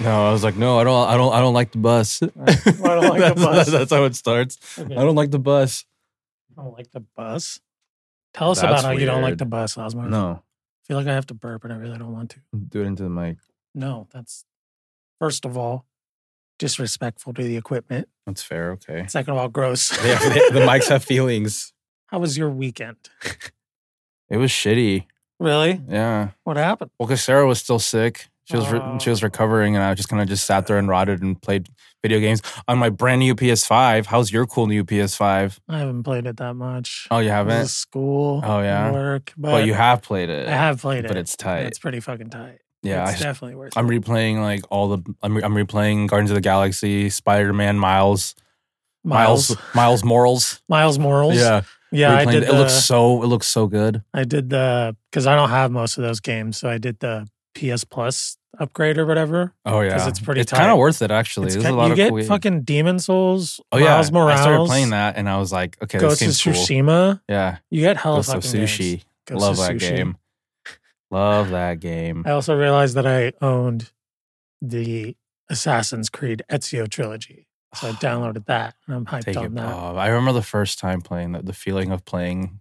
No, I was like, no, I don't, I don't, I don't like the bus. Well, I don't like the that's, bus. That's how it starts. Okay. I don't like the bus. I don't like the bus. Tell us That's about how you don't like weird. the bus, Osmo. I No, feel like I have to burp and I really don't want to. do it into the mic. No, that's first of all, disrespectful to the equipment. That's fair. Okay. Second of all, gross. Yeah, the, the mics have feelings. How was your weekend? It was shitty. Really? Yeah. What happened? Well, because Sarah was still sick. She was re- Oh. she was recovering, and I just kind of just sat there and rotted and played video games on my brand new PS5. How's your cool new PS5? I haven't played it that much. Oh, you It was haven't. school. Oh, yeah? Work, but, But you have played it. I have played it. But it's tight. It's pretty fucking tight. yeah, it's I, definitely worth. I'm it. replaying like all the I'm, re- I'm replaying Guardians of the Galaxy, Spider Man, Miles, Miles. Miles Morals. Miles Morals. Yeah, yeah. I replaying- did. It the, looks so it looks so good. I did the because I don't have most of those games, so I did the PS Plus upgrade or whatever. Oh yeah, 'Cause it's pretty It's kind tight. of worth it actually. It's There's kin- a lot you of get cool- fucking Demon Souls. Oh yeah, Miles Morales. I started playing that and I was like, okay, this Ghost of seems cool. Tsushima. Yeah, You get hella Ghost of fucking games. Sushi. Ghost Love of that Tsushima. game. Love that game. I also realized that I owned the Assassin's Creed Ezio trilogy, so I downloaded that, and I'm hyped Take on it. that. Bob. I remember the first time playing that. The feeling of playing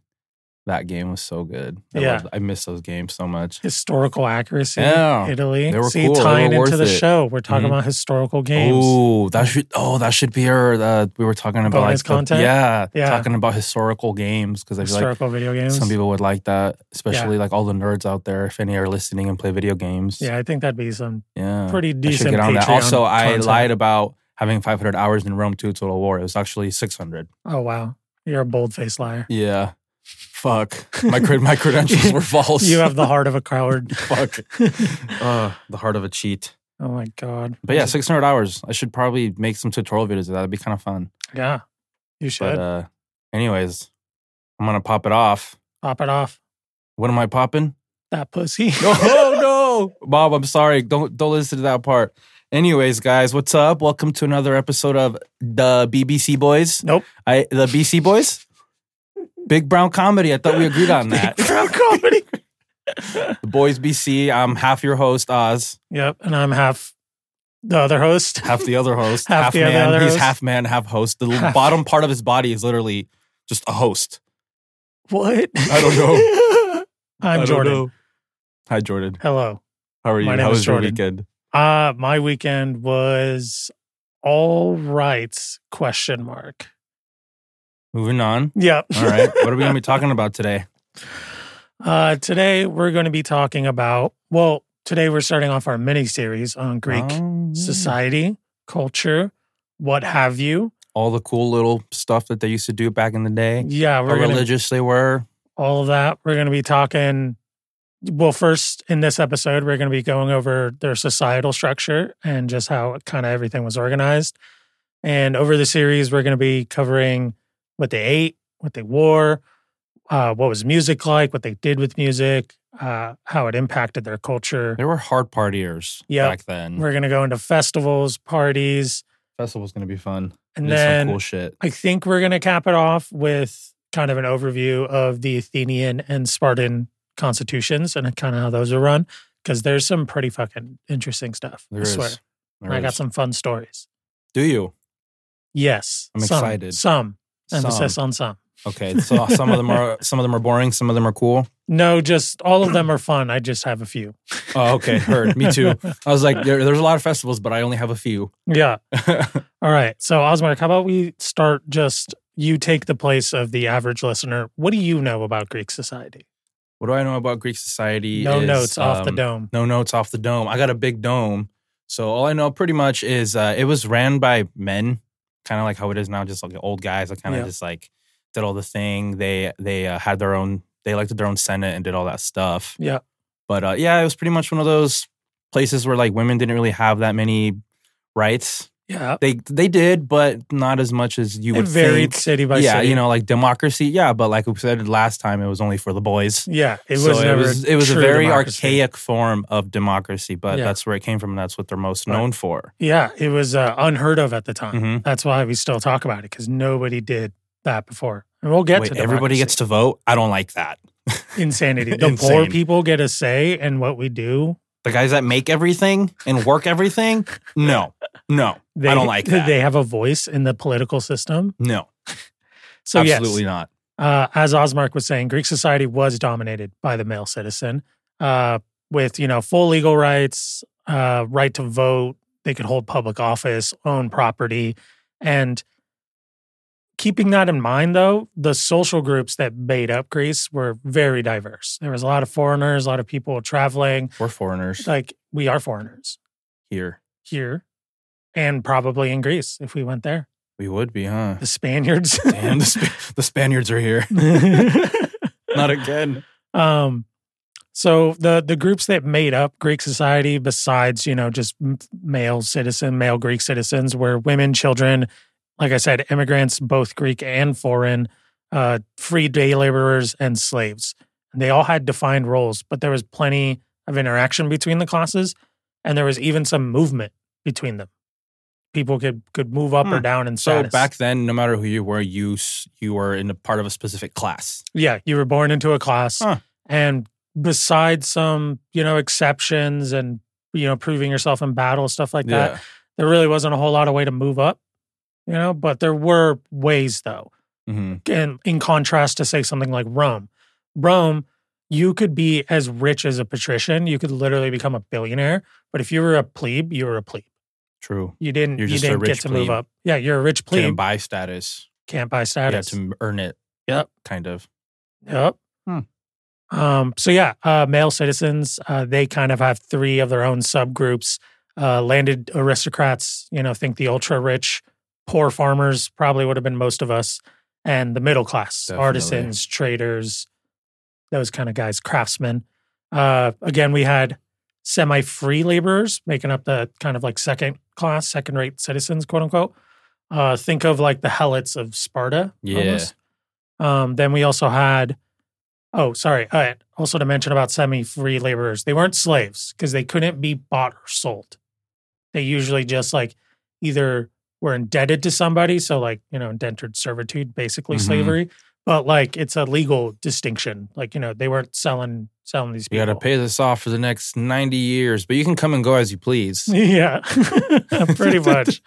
that game was so good. I Yeah. loved- I miss those games so much. Historical accuracy, Yeah. Italy. They were See, cool. They tying were into worth the it. show, we're talking Mhm. about historical games. Oh, that should oh that should be our uh, we were talking about Bonus like the- content? yeah, Yeah. talking about historical games because I feel like historical video games. some people would like that, especially like all the nerds out there if any are listening and play video games. yeah, I think that'd be some yeah, pretty Uh, I should decent. get on that. Patreon Also, I content. lied about having 500 hours in Rome 2 Total War. It was actually 600. Oh wow, you're a bold faced liar. Yeah, fuck, my cred- my credentials were false. You have the heart of a coward. fuck, uh, the heart of a cheat. Oh my god. But yeah, 600 hours. I should probably make some tutorial videos of that. That'd be kind of fun. yeah. You should But uh, anyways, I'm gonna pop it off. pop it off. What am I popping? That pussy. Oh no, Bob. I'm sorry. Don't don't listen to that part. Anyways, guys, what's up? Welcome to another episode of the BBC Boys. Nope. I the BC Boys. Big Brown Comedy. I thought we agreed on that. Brown comedy. the Boys BC. I'm half your host, Oz. Yep, and I'm half the other host. Half the other host. Half the other man. other He's host. half man, half host. The Half. bottom part of his body is literally just a host. What? I don't know. I I'm don't Jordan. know. Hi, Jordan. Hello. How are you? My name How is was your Jordan. weekend? Uh my weekend was all right question mark. Moving on. Yep. All right. what are we going to be talking about today? Uh, today we're going to be talking about, well, today we're starting off our mini series on Greek Oh, society, culture, what have you. All the cool little stuff that they used to do back in the day. Yeah, How we're going to religious they were. all of that. We're going to be talking. Well, first in this episode, we're going to be going over their societal structure and just how kind of everything was organized. And over the series, we're going to be covering what they ate, what they wore, uh, what was music like, what they did with music, uh, how it impacted their culture. They were hard partiers Yep. back then. Mm. We're going to go into festivals, parties, Festival's going to be fun. and Did then some cool shit. I think we're going to cap it off with kind of an overview of the Athenian and Spartan constitutions and kind of how those are run because there's some pretty fucking interesting stuff. There I is. swear. There And I got is. some fun stories. Do you? Yes. I'm some, excited. Some. Some. Emphasis on some. Okay. So some of them are some of them are boring. Some of them are cool. No, just all of them are fun. I just have a few. Oh, okay. Heard. Me too. I was like, there, there's a lot of festivals, but I only have a few. Yeah. All right. So, Osmark, how about we start just you take the place of the average listener? What do you know about Greek society? what do I know about Greek society? No is, notes off the um, dome. no notes off the dome. I got a big dome. So all I know pretty much is uh, it was ran by men, kind of like how it is now, just like old guys that kind of Yeah. just like did all the thing. They they uh, had their own, they elected their own senate and did all that stuff. Yeah. But uh, yeah, it was pretty much one of those places where like women didn't really have that many rights. Yeah. They they did, but not as much as you It would varied think. city by yeah, city. you know, like democracy. Yeah, but like we said last time, it was only for the boys. Yeah, it was So never. It was, it was a true very democracy. archaic form of democracy, but Yeah. that's where it came from. and That's what they're most Right. known for. Yeah, it was uh, unheard of at the time. Mhm. That's why we still talk about it because nobody did that before. And we'll get Wait, to everybody democracy. gets to vote. I don't like that. insanity. The poor Insane. people get a say in what we do The guys that make everything and work everything? No. No. They, I don't like that. They have a voice in the political system. No. So yes, absolutely not. uh, as Osmark was saying, Greek society was dominated by the male citizen, uh, with you know full legal rights, uh, right to vote. They could hold public office, own property, and keeping that in mind, though, the social groups that made up Greece were very diverse. There was a lot of foreigners, a lot of people traveling. We're foreigners Like we are foreigners here. here, and probably in Greece if we went there. We would be, huh? The Spaniards. Damn, the, Sp- the Spaniards are here. Not again. Um, so the the groups that made up Greek society, besides you know just m- male citizen, male Greek citizens, were women, children, like I said, immigrants, both Greek and foreign, uh, free day laborers, and slaves. And they all had defined roles, but there was plenty of interaction between the classes, and there was even some movement between them. People could could move up or Hmm. down in So status. back then, no matter who you were, you s- you were in a part of a specific class. Yeah, you were born into a class. Huh. And besides some, you know, exceptions and, you know, proving yourself in battle, stuff like that, there really wasn't a whole lot of way to move up, you know, but there were ways though. hmm And in contrast to, say, something like Rome, Rome, you could be as rich as a patrician. You could literally become a billionaire. But if you were a plebe, you were a plebe. True. You didn't, You're you just a didn't rich get to move plebe. up. Yeah, you're a rich Couldn't plebe. buy status. Can't buy You had status. to earn it. Yep. Kind of. Yep. Hmm. Um, so yeah, uh, male citizens, uh, they kind of have three of their own subgroups. Uh, landed aristocrats, you know, think the ultra rich, poor farmers probably would have been most of us, and the middle class, Definitely. artisans, traders, those kind of guys, craftsmen. Uh, again, we had semi free laborers making up the kind of like second class, second rate citizens, quote unquote. Uh, think of like the helots of Sparta. Yeah. Um, then we also had, oh, sorry. Uh, also to mention about semi free laborers, they weren't slaves because they couldn't be bought or sold. They usually just like either were indebted to somebody. So, like, you know, indentured servitude, basically Mhm. slavery. But like, it's a legal distinction. Like, you know, they weren't selling selling these You people. got to pay this off for the next 90 years, but you can come and go as you please. Yeah, pretty much.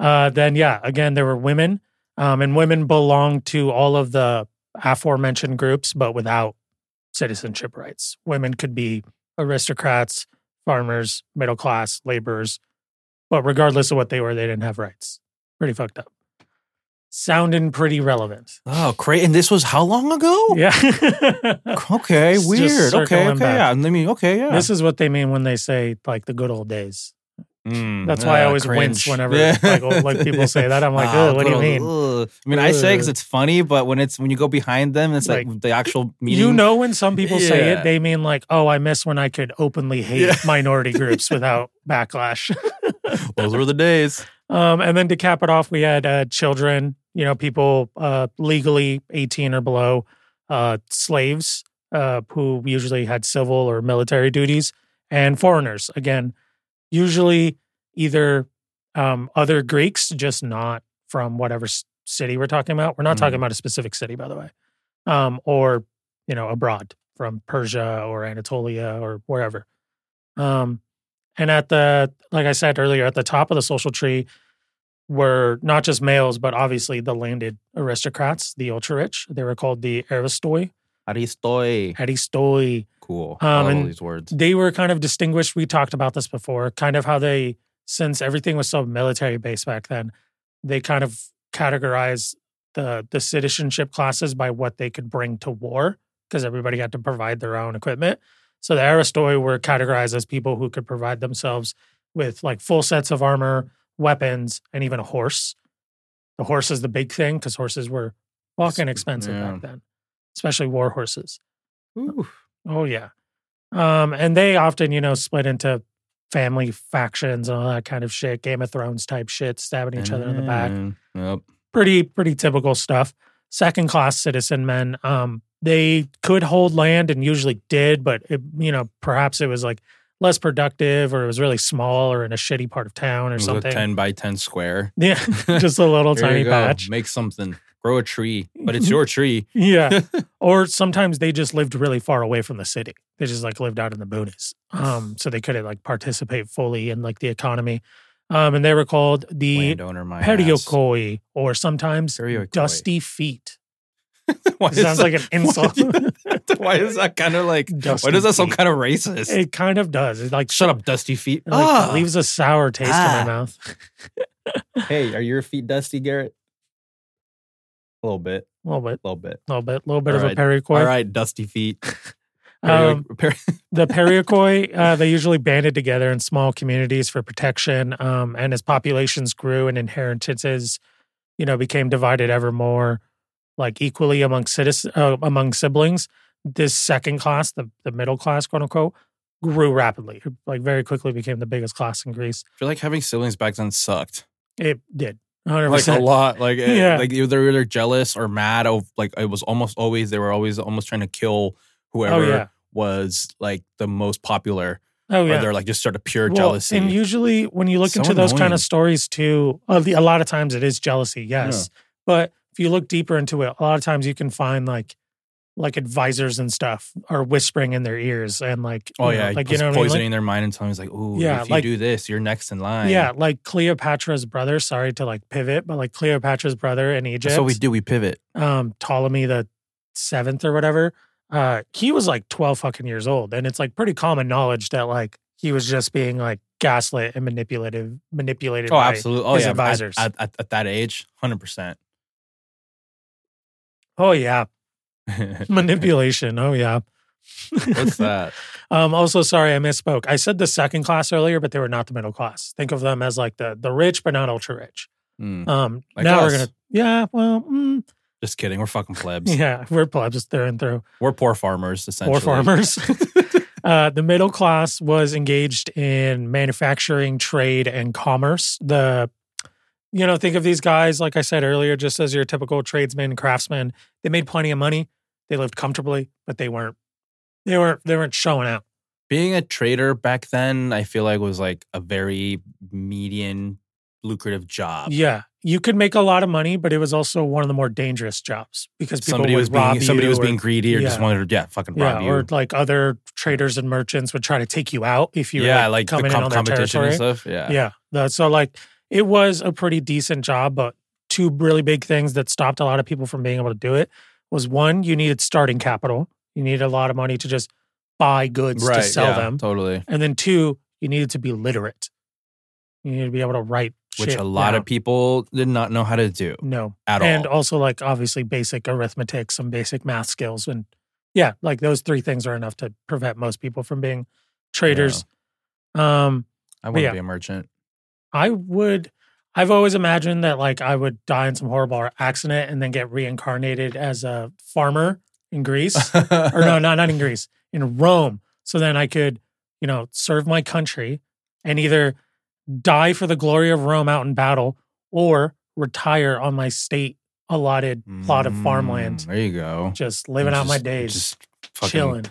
Uh, then, yeah, again, there were women, um, and women belonged to all of the aforementioned groups, but without citizenship rights. Women could be aristocrats, farmers, middle class, laborers, but regardless of what they were, they didn't have rights. Pretty fucked up. Sounding pretty relevant. Oh, great. And this was how long ago? Yeah. Okay, Just weird. Okay, circling okay, back. yeah. I mean, okay, yeah. This is what they mean when they say like the good old days. Mm, That's why I ah, always wince cringe. whenever Yeah. like, old- like people say that. I'm like, Ah, oh, what do you good mean? old- ugh. I mean, I say because it's funny, but when it's when you go behind them, it's like, the actual meaning. You know, when some people say it, Yeah. they mean like, oh, I miss when I could openly hate Yeah. minority groups without backlash. those were the days. Um, and then to cap it off, we had uh, children, you know, people uh, legally 18 or below, uh, slaves uh, who usually had civil or military duties, and foreigners. Again, usually either um, other Greeks, just not from whatever s- city we're talking about. We're not talking Mhm. about a specific city, by the way, um, or, you know, abroad from Persia or Anatolia or wherever. Um, and at the, like I said earlier, at the top of the social tree were not just males, but obviously the landed aristocrats, the ultra rich. They were called the aristoi, Aristoi. aristoi. Cool. Um, I love all and these words. They were kind of distinguished. We talked about this before, kind of how they, since everything was so military based back then, they kind of categorized the the citizenship classes by what they could bring to war because everybody had to provide their own equipment. So the Aristoi were categorized as people who could provide themselves with like full sets of armor, weapons, and even a horse. The horse is the big thing because horses were fucking expensive yeah. back then, especially war horses. Ooh. Oh yeah. Um, and they often, you know, split into family factions and all that kind of shit, Game of Thrones type shit, stabbing each other in the back. Mm, Yep. Pretty, pretty typical stuff. Second class citizen men. Um, they could hold land and usually did, but it, you know, perhaps it was like less productive or it was really small or in a shitty part of town or It was a something. 10 by 10 square. Yeah, just a little Here you tiny go. patch. Mhm. Make something. grow a tree, but it's your tree. Yeah. or sometimes they just lived really far away from the city. They just like lived out in the boonies. Um, so they couldn't like participate fully in like the economy. Um, and they were called the Landowner, my ass. Periokoi or sometimes Periokoi. dusty feet. Why It is sounds that- like an insult. Why is that kind of like? Dusty Why does that sound feet. kind of racist? It kind of does. It like Shut up, dusty feet. It, like, Ah. leaves a sour taste Ah. in my mouth. Hey, are your feet dusty, Garrett? A little bit, A little bit, a little bit. a little bit, a little bit All of right. a pericoy. All right, dusty feet. Um, Per- the Periokoi, uh, they usually banded together in small communities for protection. Um, and as populations grew and inheritances, you know, became divided ever more, like equally among citizens, uh, among siblings, this second class, the, the middle class, quote unquote, grew rapidly. It, Like very quickly became the biggest class in Greece. I feel like having siblings back then sucked. It did. 100%. Like a lot. Like eh, Yeah. like either they were jealous or mad. Of like it was almost always they were always almost trying to kill whoever oh, yeah. was like the most popular, Oh, yeah. or they're like just sort of pure Well, jealousy. And usually, when you look So into those kind annoying. of stories, too, a the- a lot of times it is jealousy, yes. But if you look deeper into it, a lot of times you can find like like advisors and stuff are whispering in their ears and like oh you know, yeah, like like you know what I mean? poisoning Like- their mind and telling us like, "Ooh, Yeah, if you like- do this, you're next in line." yeah, like Cleopatra's brother. Sorry to like pivot, but like Cleopatra's brother in Egypt, that's what we do. We pivot. um, Ptolemy the seventh or whatever. Uh, he was like twelve fucking years old, and it's like pretty common knowledge that like he was just being like gaslit and manipulative, manipulated. Oh, by- absolutely. Oh his yeah, at- advisors. at, at, at that age, hundred percent. Oh yeah, What's manipulation. Oh yeah. that? Um, also, sorry, I misspoke. I said the second class earlier, but they were not the middle class. Think of them as like the the rich, but not ultra rich. Hmm. Um, Like now us. we're gonna, yeah, well, mm, Just kidding. We're fucking plebs. yeah, we're plebs through and through. We're poor farmers, essentially. Poor farmers. uh, the middle class was engaged in manufacturing, trade, and commerce. The you know, think of these guys, like I said earlier, just as your typical tradesman, craftsman. They made plenty of money. They lived comfortably, but they weren't. They weren't. They weren't showing out. Being a trader back then, I feel like was like a very median lucrative job. Yeah, you could make a lot of money, but it was also one of the more dangerous jobs because people Somebody would was rob being somebody you was or, being greedy or just yeah. wanted to yeah, fucking yeah, rob or you. like other traders and merchants would try to take you out if you yeah, were like, like, the coming in comp- on their competition territory. and stuff. Yeah. Yeah, That- so like it was a pretty decent job, but two really big things that stopped a lot of people from being able to do it was one, you needed starting capital, you needed a lot of money to just buy goods Right. to sell yeah, them, Totally. and then two, you needed to be literate. You needed to be able to write, Which shit a lot down. of people did not know how to do no at and all. also like obviously basic arithmetic, some basic math skills, and yeah, like those three things are enough to prevent most people from being traders. Um, I want to yeah. be a merchant. I would. I've always imagined that like I would die in some horrible accident and then get reincarnated as a farmer in Greece, or no, not not in Greece, in Rome. So then I could, you know, serve my country and either die for the glory of Rome out in battle or retire on my state allotted plot of farmland Mm, There you go. just living out my Just- days, Just fucking chilling,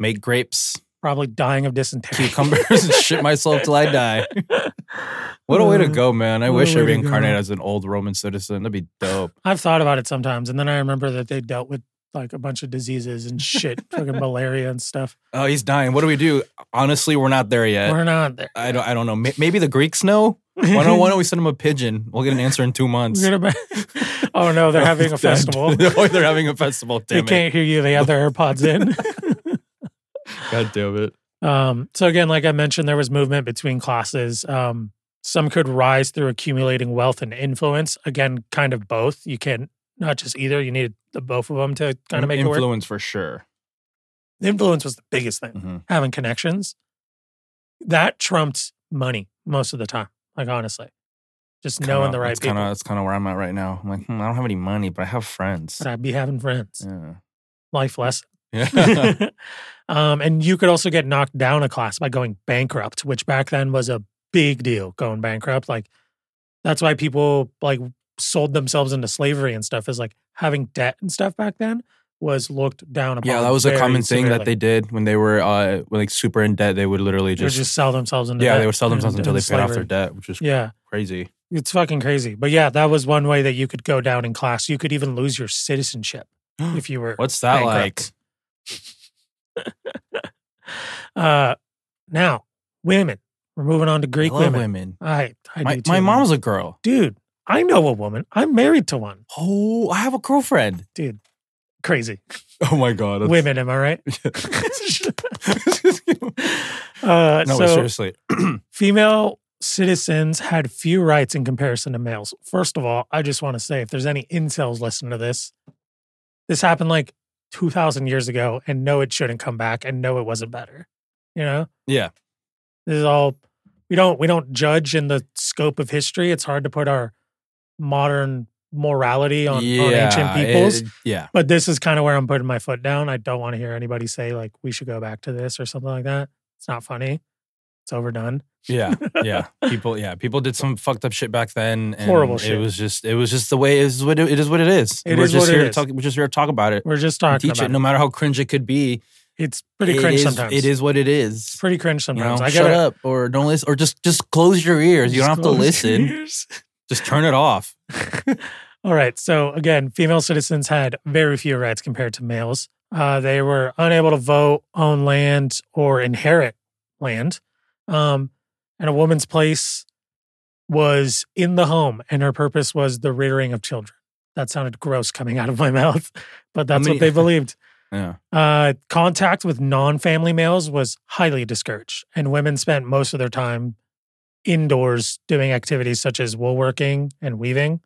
make grapes, probably dying of dysentery. cucumbers, and shit myself till I die. Mm-hmm. What a way to Uh, go, man. I what a wish I way to reincarnated go. as an old Roman citizen. That'd be dope. I've thought about it sometimes, and then I remember that they dealt with like a bunch of diseases and shit, fucking malaria and stuff. Oh, he's dying. What do we do? Honestly, we're not there yet. We're not there. I don't. I don't know. May- Maybe the Greeks know. Why don't Why don't we send him a pigeon? We'll get an answer in two months. We're gonna be- oh no, they're having a festival. oh, they're having a festival. they Damn it! can't hear you. They have their AirPods in. God damn it! Um, so again, like I mentioned, there was movement between classes. Um, some could rise through accumulating wealth and influence. Again, kind of both. You can't not just either. You needed the both of them to kind of make it work. influence for sure. The influence was the biggest thing. Mhm. Having connections that trumped money most of the time. Like honestly, just knowing the right That's people. Kinda, that's kind of where I'm at right now. I'm like, hmm, I don't have any money, but I have friends. But I'd be having friends. Yeah. Life lesson. Yeah. um, and you could also get knocked down a class by going bankrupt, which back then was a big deal. Going bankrupt, like that's why people like sold themselves into slavery and stuff. Is like having debt and stuff back then was looked down upon. Yeah, that was a very common thing that severely. they did when they were uh, when, like super in debt. They would literally They would just, just sell themselves into yeah, debt they would sell and- themselves until they and paid off their slavery. debt, which is Yeah. crazy. It's fucking crazy. But yeah, that was one way that you could go down in class. You could even lose your citizenship if you were What's that Bankrupt. uh now women. We're moving on to like? Greek I love women. women. I I My, do too, my man. mom's a girl. dude, I know a woman. I'm married to one. Oh, I have a girlfriend. Dude. Crazy. Oh my god, that's- Women, am I right? uh no, so seriously. female citizens had few rights in comparison to males. First of all, I just want to say if there's any incels listening to this, this happened like 2,000 years ago, and no, it shouldn't come back, and no, it wasn't better. You know, Yeah, this is all we don't we don't judge in the scope of history. It's hard to put our modern morality on, yeah, on ancient peoples. it- yeah, But this is kind of where I'm putting my foot down. I don't want to hear anybody say like we should go back to this or something like that. It's not funny. It's overdone. yeah, yeah. people, yeah, people did some fucked up shit back then. And Horrible it shit. was just, it was just the way. It is what it, it is. What it is. It we're is just what it here to is. talk. We're just here to talk about it. We're just and talking Teach about it, no matter how cringe it could be. It's pretty it cringe is- sometimes. It is what it is. pretty cringe You sometimes. know, I shut gotta, up or don't listen or just just close your ears. You don't have to listen. Just turn it off. All right. So again, female citizens had very few rights compared to males. Uh, they were unable to vote, own land, or inherit land. Um, and a woman's place was in the home, and her purpose was the rearing of children. That sounded gross coming out of my mouth, but that's mean- what they believed. Yeah. Uh, contact with non family males was highly discouraged, and women spent most of their time indoors doing activities such as woolworking and weaving.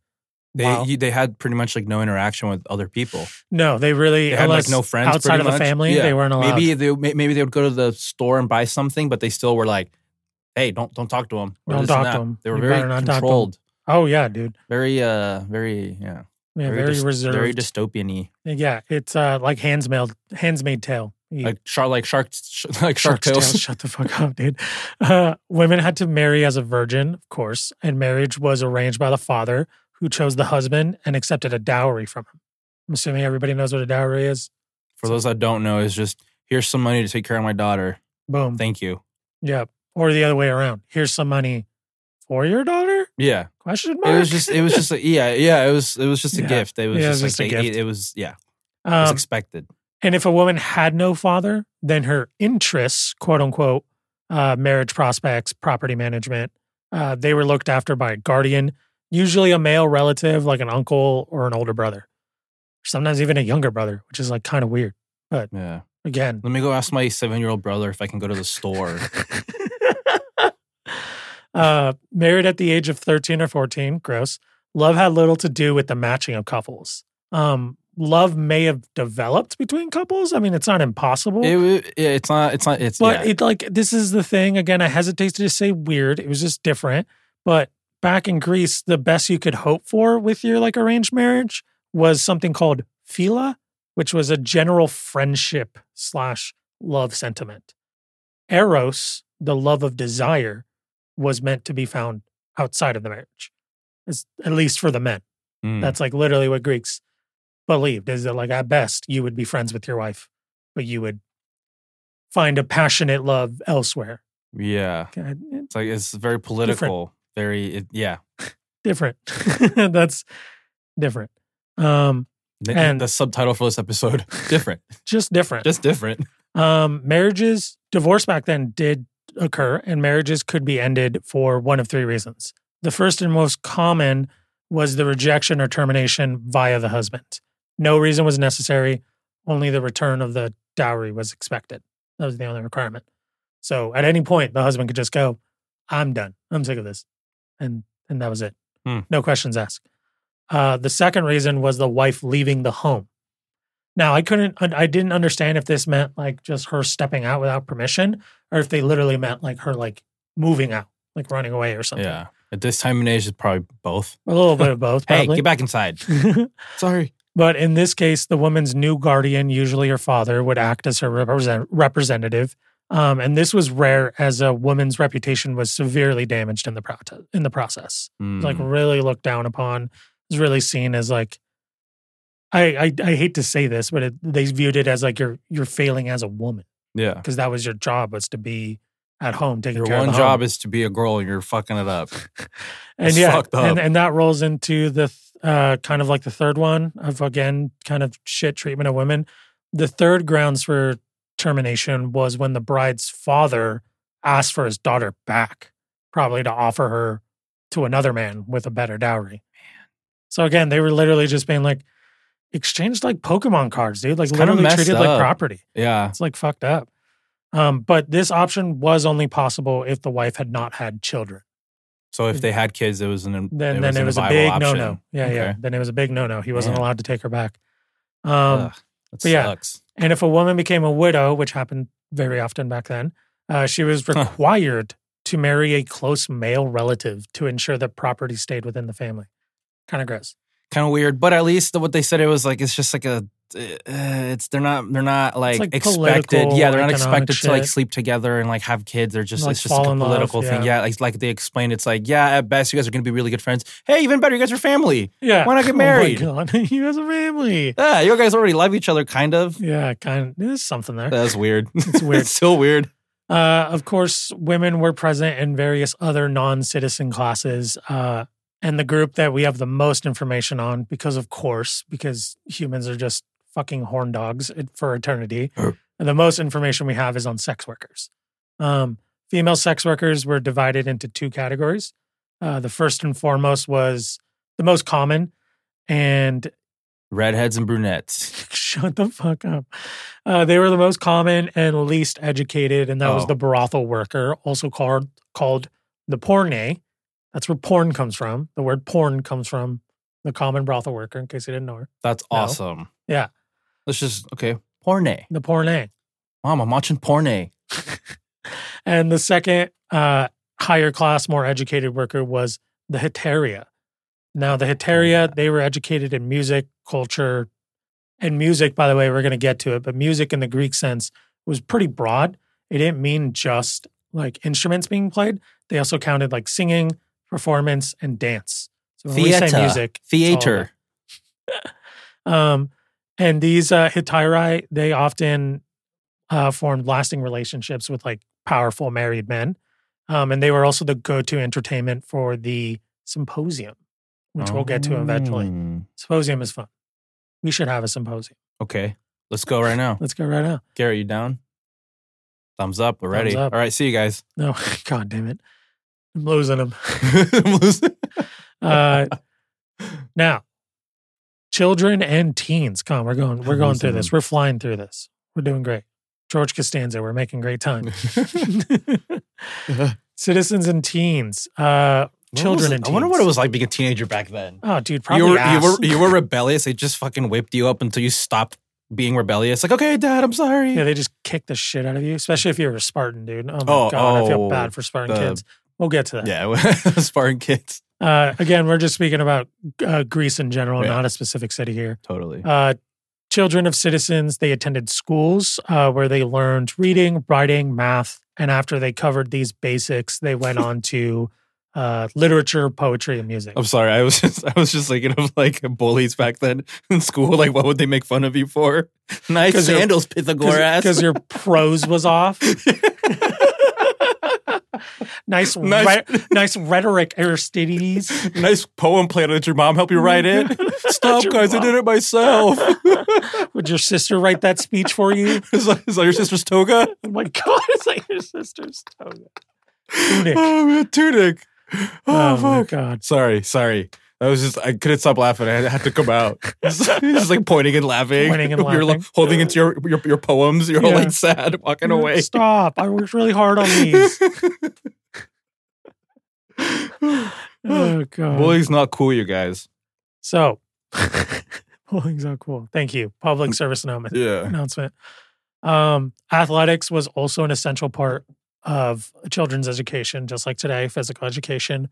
They Wow. you- they had pretty much like no interaction with other people. No, they really They had like unless no friends outside pretty of the much. family. Yeah. They weren't allowed. Maybe they may- maybe they would go to the store and buy something, but they still were like, "Hey, don't don't talk to them. Don't talk to 'em. They were You very better not talk to 'em. controlled, oh yeah, dude. very uh, very yeah, Yeah, Very very, dis- reserved. very dystopian-y. yeah, it's uh, like hands mailed, hands made tale. You- like shark like shark sh- like shark Shark's tail, tails. Shut the fuck up, dude. Uh, women had to marry as a virgin, of course, and marriage was arranged by the father, who chose the husband and accepted a dowry from him. I'm assuming everybody knows what a dowry is. For those that don't know, it's just here's some money to take care of my daughter. Boom. Thank you. yeah. Or the other way around. Here's some money for your daughter? Yeah. Question mark. It was just, it was just, a, yeah, yeah. It was, it was just a Yeah. gift. It was Yeah, it just, was like just a they- gift. It, was, yeah, it was Um, expected. and if a woman had no father, then her interests, quote unquote, uh, marriage prospects, property management, uh, they were looked after by a guardian, usually a male relative like an uncle or an older brother, sometimes even a younger brother, which is like kind of weird. Yeah. Again, Let me go ask my seven-year-old brother if I can go to the store. uh, married at the age of 13 or 14, gross. Love had little to do with the matching of couples. Um, love may have developed between couples. I mean, it's not impossible. it, wa- yeah, it's not, it's not, it's But yeah. it like this is the thing again. I hesitate to just say weird. It was just different. But back in Greece, the best you could hope for with your like arranged marriage was something called phila, which was a general friendship slash love sentiment. Eros, the love of desire, was meant to be found outside of the marriage, It's- at least for the men. Mm. That's like literally what Greeks believed is that like at best you would be friends with your wife, but you would find a passionate love elsewhere. yeah. Okay, It's like it's very political. Very, it, yeah. Different. That's different. Um, The, And- the subtitle for this episode: different, just different. just different. um, marriages, divorce back then did occur, and marriages could be ended for one of three reasons. The first and most common was the rejection or termination via the husband. No reason was necessary, only the return of the dowry was expected. That was the only requirement. So at any point, the husband could just go, I'm done. I'm sick of this. And and that was it. Hmm. No questions asked. Uh, the second reason was the wife leaving the home. Now, I couldn't, I I didn't understand if this meant like just her stepping out without permission or if they literally meant like her like moving out, like running away or something. Yeah. At this time and age, it's probably both. A little bit of both, Hey, probably. get back inside. Sorry. but in this case, the woman's new guardian, usually her father, would act as her represent- representative. Um, and this was rare as a woman's reputation was severely damaged in the, pro- in the process Mm. like really looked down upon. Is really seen as like, I I, I hate to say this, but it, they viewed it as like you're you're failing as a woman yeah. because that was your job was to be at home taking Your care one of the job home. is to be a girl, and you're fucking it up. and is yeah, fucked up. and and that rolls into the th- uh, kind of like the third one of again kind of shit treatment of women. The third grounds for termination was when the bride's father asked for his daughter back, probably to offer her to another man with a better dowry. So again, they were literally just being like exchanged like Pokemon cards, dude. Like It's kinda literally messed treated up. like property. Yeah, It's like fucked up. Um, but this option was only possible if the wife had not had children. so if they had kids, it was an Then it then an it was a viable big option. no no. Yeah, yeah. Okay. Then it was a big no no. He wasn't Yeah. allowed to take her back. Um, Ugh, that but yeah. sucks. and if a woman became a widow, which happened very often back then, uh, she was required to marry a close male relative to ensure that property stayed within the family. Kind of gross. Kind of weird, but at least what they said it was like it's just like a. uh, It's they're not they're not like, like, expected. political, Yeah, they're not economic expected to like shit. sleep together and like have kids. They're just Like, it's just like fall a in love, political thing. yeah. Yeah, like like they explained, it's like yeah, at best you guys are gonna be really good friends. Hey, even better, you guys are family. Yeah. Why not get Oh my married? God. he has a family. Yeah, you guys already love each other, kind of. Yeah, kind of. There's something there. That's weird. It's weird. it's still weird. Uh, of course, women were present in various other non citizen classes. Uh, and the group that we have the most information on, because of course, because humans are just fucking horn dogs for eternity, Oh. and the most information we have is on sex workers. Um, female sex workers were divided into two categories. Uh, the first and foremost was the most common, and Redheads and brunettes. Shut the fuck up. Uh, they were the most common and least educated, and that was Oh. the brothel worker, also called called the porne. That's where porn comes from. The word porn comes from the common brothel worker, in case you didn't know her. That's No. awesome. Yeah. Let's just okay. Porne. The porne. Mom, I'm watching porne. And the second uh, higher class, more educated worker was the heteria. Now, the heteria, they were educated in music, culture, and music, by the way, we're going to get to it, but music in the Greek sense was pretty broad. It didn't mean just like instruments being played, they also counted like singing, performance, and dance. So when we say Theater. music, Theater. um, and these uh, hetairai, they often uh, formed lasting relationships with like powerful married men. Um, and they were also the go to entertainment for the symposium, which we'll get to eventually. Mm. Symposium is fun. We should have a symposium. Okay. Let's go right now. Let's go right now. Gary, you down? Thumbs up already. Thumbs up. All right, see you guys. No, God damn it. I'm losing them. I'm losing- Uh, now, children and teens. Come, on, we're going. We're going through this. We're flying through this. We're doing great. George Costanza. We're making great time. Citizens and teens. Uh, What was children it- and teens. I wonder what it was like being a teenager back then. Oh, dude, You probably were, you ass. were you were rebellious. They just fucking whipped you up until you stopped being rebellious. Like, okay, dad, I'm sorry. yeah, they just kick the shit out of you, especially if you're a Spartan, dude. Oh my Oh, god, I feel oh, bad for Spartan the- kids. We'll get to that. yeah. Spartan kids. Uh, again, we're just speaking about uh, Greece in general, Yeah. not a specific city here. Totally. Uh, children of citizens, they attended schools uh, where they learned reading, writing, math. And after they covered these basics, they went on to uh, literature, poetry, and music. I'm sorry. I was just I was just thinking of like bullies back then in school. Like, what would they make fun of you for? Nice 'Cause you're- sandals, Pythagoras. Because your prose was off. nice, Nice- re- nice rhetoric, Aristides. nice poem play. Did your mom help you write it? Stop, Your guys! I mom. did it myself. Would your sister write that speech for you? is, that, is that your sister's toga? Oh my God, it's like your sister's tongue. Tunic. Oh, man, tunic. Oh, Oh my fuck. God. Sorry, sorry. I was just I couldn't stop laughing. I had to come out. just like pointing and laughing. Pointing and You're like laughing. holding into your your, your poems. You're all Yeah. like sad, walking away. Stop. I worked really hard on these. oh, God. Bullying's not cool, you guys. So, bowling's not cool. Thank you. Public service announcement. Yeah. announcement. Um, athletics was also an essential part of children's education, just like today, physical education.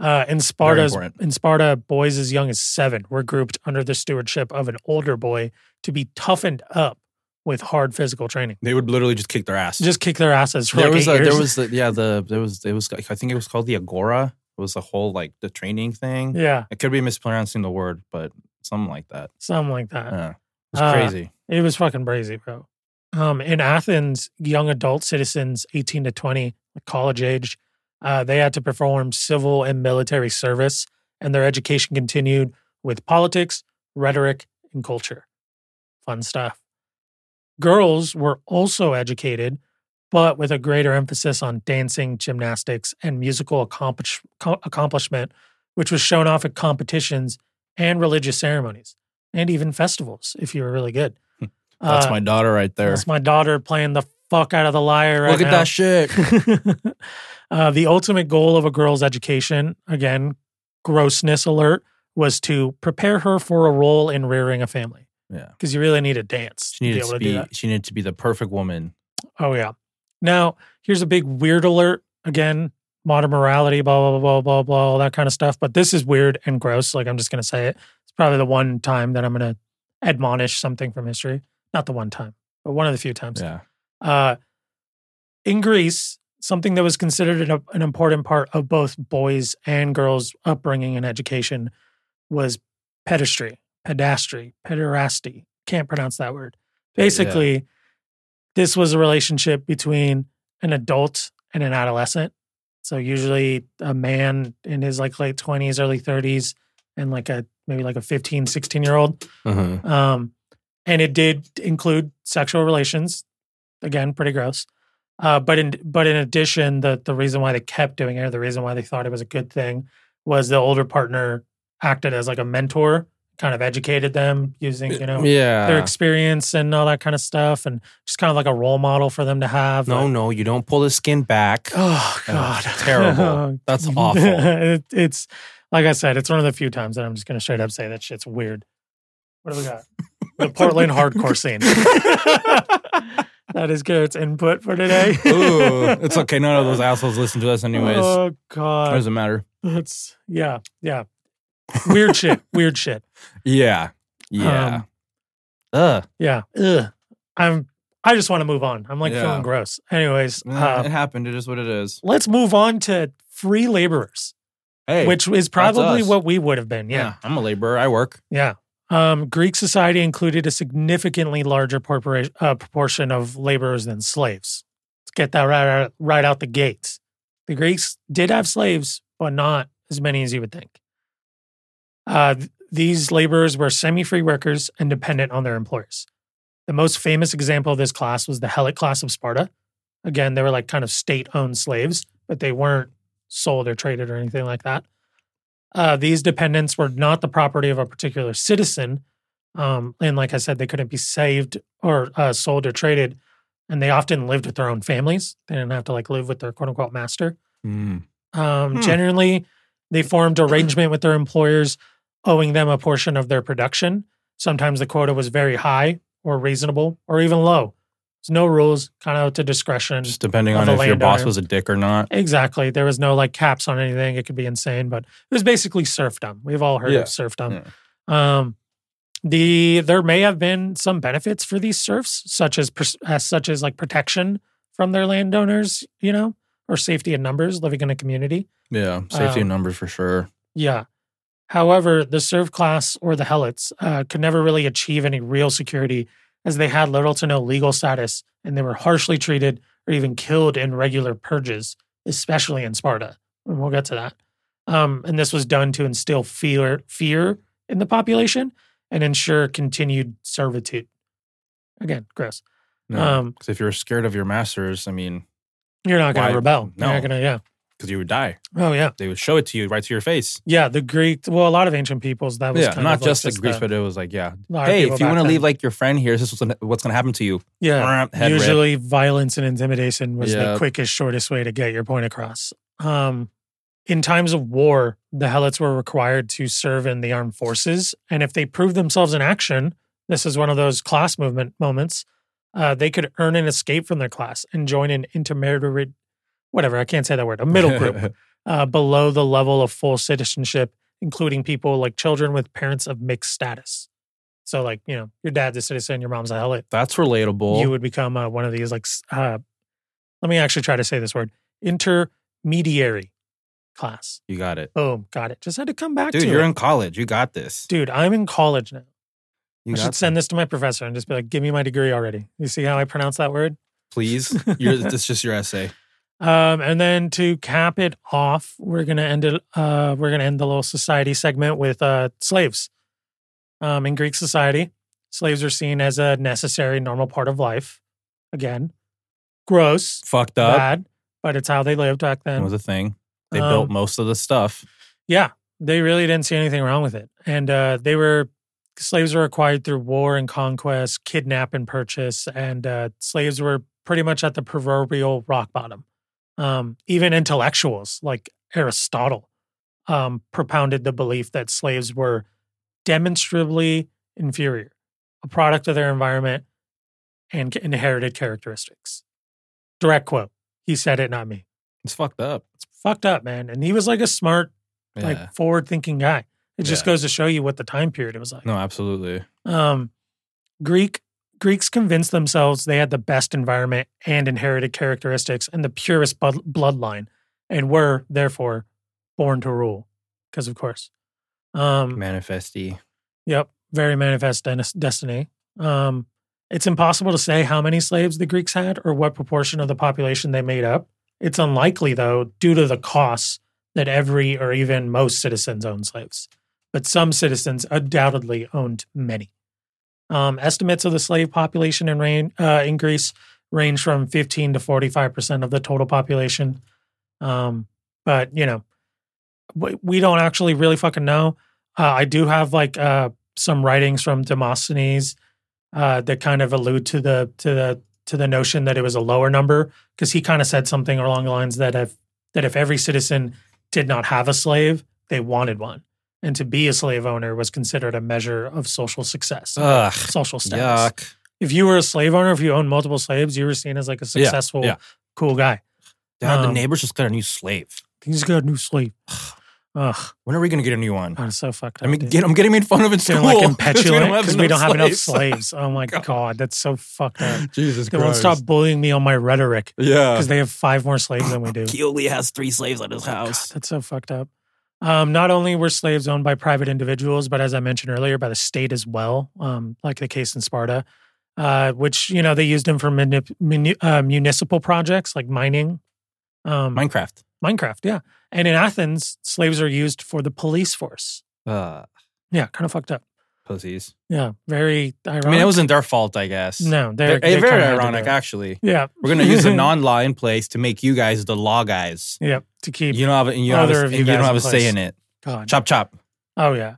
Uh, in Sparta's important. in Sparta, boys as young as seven were grouped under the stewardship of an older boy to be toughened up with hard physical training. They would literally just kick their ass. Just kick their asses. For there like was a, eight there years. was the, yeah the there was it was I think it was called the agora. It was the whole like the training thing. yeah, I could be mispronouncing the word, but something like that. something like that. Yeah. It's Uh, crazy. It was fucking crazy, bro. um, in Athens, young adult citizens, 18 to 20, college age, uh, they had to perform civil and military service, and their education continued with politics, rhetoric, and culture. Fun stuff. Girls were also educated, but with a greater emphasis on dancing, gymnastics, and musical accomplish- co- accomplishment, which was shown off at competitions and religious ceremonies, and even festivals if you were really good. That's Uh, my daughter right there. that's my daughter playing the fuck out of the liar right Look at now. that shit. uh, the ultimate goal of a girl's education, again, grossness alert, was to prepare her for a role in rearing a family. Yeah. Because you really need to dance She needed to be able to to do be that. she needed to be the perfect woman. Oh, yeah. Now, here's a big weird alert. Again, modern morality, blah, blah, blah, blah, blah, blah, all that kind of stuff. But this is weird and gross. Like, I'm just going to say it. It's probably the one time that I'm going to admonish something from history. Not the one time, but one of the few times. Yeah. Uh, in Greece, something that was considered an, an important part of both boys' and girls' upbringing and education was pedestry, pedastry, pederasty. Can't pronounce that word. Yeah. Basically, this was a relationship between an adult and an adolescent. So usually a man in his like late 20s, early 30s, and like a maybe like a 15, 16 year old. Uh-huh. Um, and it did include sexual relations. Again, pretty gross. Uh, but in but in addition, the the reason why they kept doing it, or the reason why they thought it was a good thing, was the older partner acted as like a mentor, kind of educated them using you know yeah. their experience and all that kind of stuff, and just kind of like a role model for them to have. no, Like, no, you don't pull the skin back. oh god, terrible. That's awful. it, it's like I said, it's one of the few times that I'm just going to straight up say that shit's weird. What do we got? The Portland hardcore scene. that is Garrett's input for today. Ooh, it's okay. None of those assholes listen to us, anyways. Oh god, doesn't matter. that's yeah, yeah. Weird shit. Weird shit. Yeah. Yeah. Um, Ugh. Yeah. Ugh. I'm. I just want to move on. I'm like Yeah. feeling gross. Anyways, Nah, Eh, it uh, happened. It is what it is. let's move on to free laborers, Hey. which is probably us. what we would have been. yeah. I'm a laborer. I work. Yeah. Um, Greek society included a significantly larger porpora- uh, proportion of laborers than slaves. Let's get that right out, right out the gates. The Greeks did have slaves, but not as many as you would think. Uh, th- these laborers were semi free workers and dependent on their employers. The most famous example of this class was the Helot class of Sparta. Again, they were like kind of state owned slaves, but they weren't sold or traded or anything like that. Uh, these dependents were not the property of a particular citizen. Um, and like I said, they couldn't be saved or uh, sold or traded. And they often lived with their own families. They didn't have to like live with their quote unquote master. Um, Hmm. Generally, they formed arrangement with their employers, owing them a portion of their production. Sometimes the quota was very high or reasonable or even low. There's no rules, kind of to discretion. Just depending Of on the if your boss landowner. was a dick or not. Exactly. There was no like caps on anything. It could be insane, but it was basically serfdom. We've all heard Yeah. of serfdom. Um, the there may have been some benefits for these serfs, such as pers- as such as like protection from their landowners, you know, or safety in numbers living in a community. Yeah. Safety Um, in numbers for sure. Yeah. However, the serf class or the helots uh, could never really achieve any real security as they had little to no legal status and they were harshly treated or even killed in regular purges, especially in Sparta. And we'll get to that. Um, and this was done to instill fear, fear in the population and ensure continued servitude. Again, gross. No. Um, 'Cause if you're scared of your masters, I mean, you're not going Why- to rebel. no. You're not going to, yeah. because you would die. Oh, yeah. They would show it to you right to your face. Yeah. The Greek, well, a lot of ancient peoples, that was Yeah. kind Not of like just the Greece, a but it was like, yeah. lot of Hey, people if you back want to then. leave like your friend here, this is what's gonna- what's going to happen to you. yeah. Head rip. Usually, violence and intimidation was Yeah. the quickest, shortest way to get your point across. Um, in times of war, the helots were required to serve in the armed forces, and if they proved themselves in action, this is one of those class movement moments. Uh, they could earn an escape from their class and join an intermediate, whatever I can't say that word, a middle group uh, below the level of full citizenship, including people like children with parents of mixed status. So, like you know, your dad's a citizen, your mom's a helot That's relatable. you would become uh, one of these like s- uh, let me actually try to say this word intermediary class you got it. boom got it just had to come back Dude, to you're it. in college. You got this. dude i'm in college now I should send this to my professor and just be like, give me my degree already. You see how I pronounce that word? please. You're, that's just your essay. Um, and then to cap it off, we're gonna end it. Uh, we're gonna end the little society segment with uh, slaves. Um, in Greek society, slaves are seen as a necessary, normal part of life. Again, gross, Fucked up. bad, but it's how they lived back That then. was a thing. They Um, built most of the stuff. Yeah, they really didn't see anything wrong with it, and uh, they were slaves were acquired through war and conquest, kidnap and purchase, and uh, slaves were pretty much at the proverbial rock bottom. Um, even intellectuals like Aristotle um, propounded the belief that slaves were demonstrably inferior, a product of their environment and inherited characteristics. Direct quote. He said it, not me. It's fucked up. It's fucked up, man. And he was like a smart Yeah. like forward thinking guy. It just Yeah. goes to show you what the time period it was like. no, absolutely. Um, Greek Greeks convinced themselves they had the best environment and inherited characteristics and the purest bud- bloodline, and were therefore born to rule. Because of course, um, Manifesty. yep, very manifest den- destiny. Um, it's impossible to say how many slaves the Greeks had or what proportion of the population they made up. It's unlikely, though, due to the costs that every or even most citizens owned slaves. But some citizens undoubtedly owned many. Um, estimates of the slave population in, rain, uh, in Greece range from 15 to 45% of the total population. Um, but, you know, we, we don't actually really fucking know. Uh, I do have like uh, some writings from Demosthenes uh, that kind of allude to the to the to the notion that it was a lower number because he kind of said something along the lines that if that if every citizen did not have a slave, they wanted one, and to be a slave owner was considered a measure of social success, Ugh. social status. Yuck. If you were a slave owner, if you owned multiple slaves, you were seen as like a successful, yeah. cool guy. God, the Um, neighbors just got a new slave. He's got a new slave. Ugh, When are we gonna get a new one? God, it's so fucked I up. mean, dude. get, I'm getting made fun of in school. Feeling Uh, like 'cause impetulant because we don't have enough slaves. slaves. Oh my God. god. that's so fucked up. Jesus They won't stop bullying me on my rhetoric Yeah. because they have five more slaves than we do. He only has three slaves at his house. God, that's so fucked up. Um, not only were slaves owned by private individuals, but as I mentioned earlier, by the state as well, um, like the case in Sparta, uh, which, you know, they used them for muni- muni- uh, municipal projects like mining. Um, Minecraft. Minecraft, yeah. And in Athens, slaves are used for the police force. Uh, Yeah, kind of fucked up. pussies. Yeah, very ironic. I mean, it wasn't their fault, I guess. No, They're, they're, they very kinda had to do ironic, it. actually. Yeah. We're gonna use a non-law in place to make you guys the law guys. Yep. To keep You don't have, and you don't have, Other a, of you and you don't guys have a in place. say in it. God. Chop chop. Oh yeah.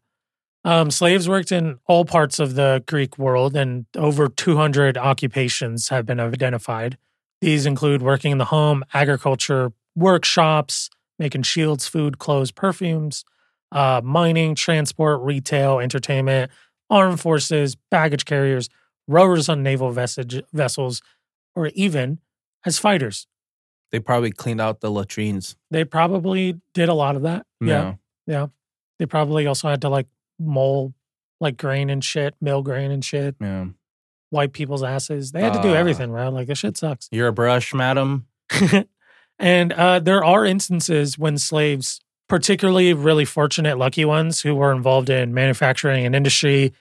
Um, slaves worked in all parts of the Greek world, and over 200 occupations have been identified. These include working in the home, agriculture, workshops, making shields, food, clothes, perfumes, uh, mining, transport, retail, entertainment, armed forces, baggage carriers, rowers on naval vestige- vessels, or even as fighters. They probably cleaned out the latrines. They probably did a lot of that. Yeah. No. They probably also had to like mole like grain and shit, mill grain and shit, Yeah. wipe people's asses. They had to do Ah. everything, right? Like this shit sucks. You're a brush, madam. and uh, there are instances when slaves, particularly really fortunate, lucky ones who were involved in manufacturing and industry,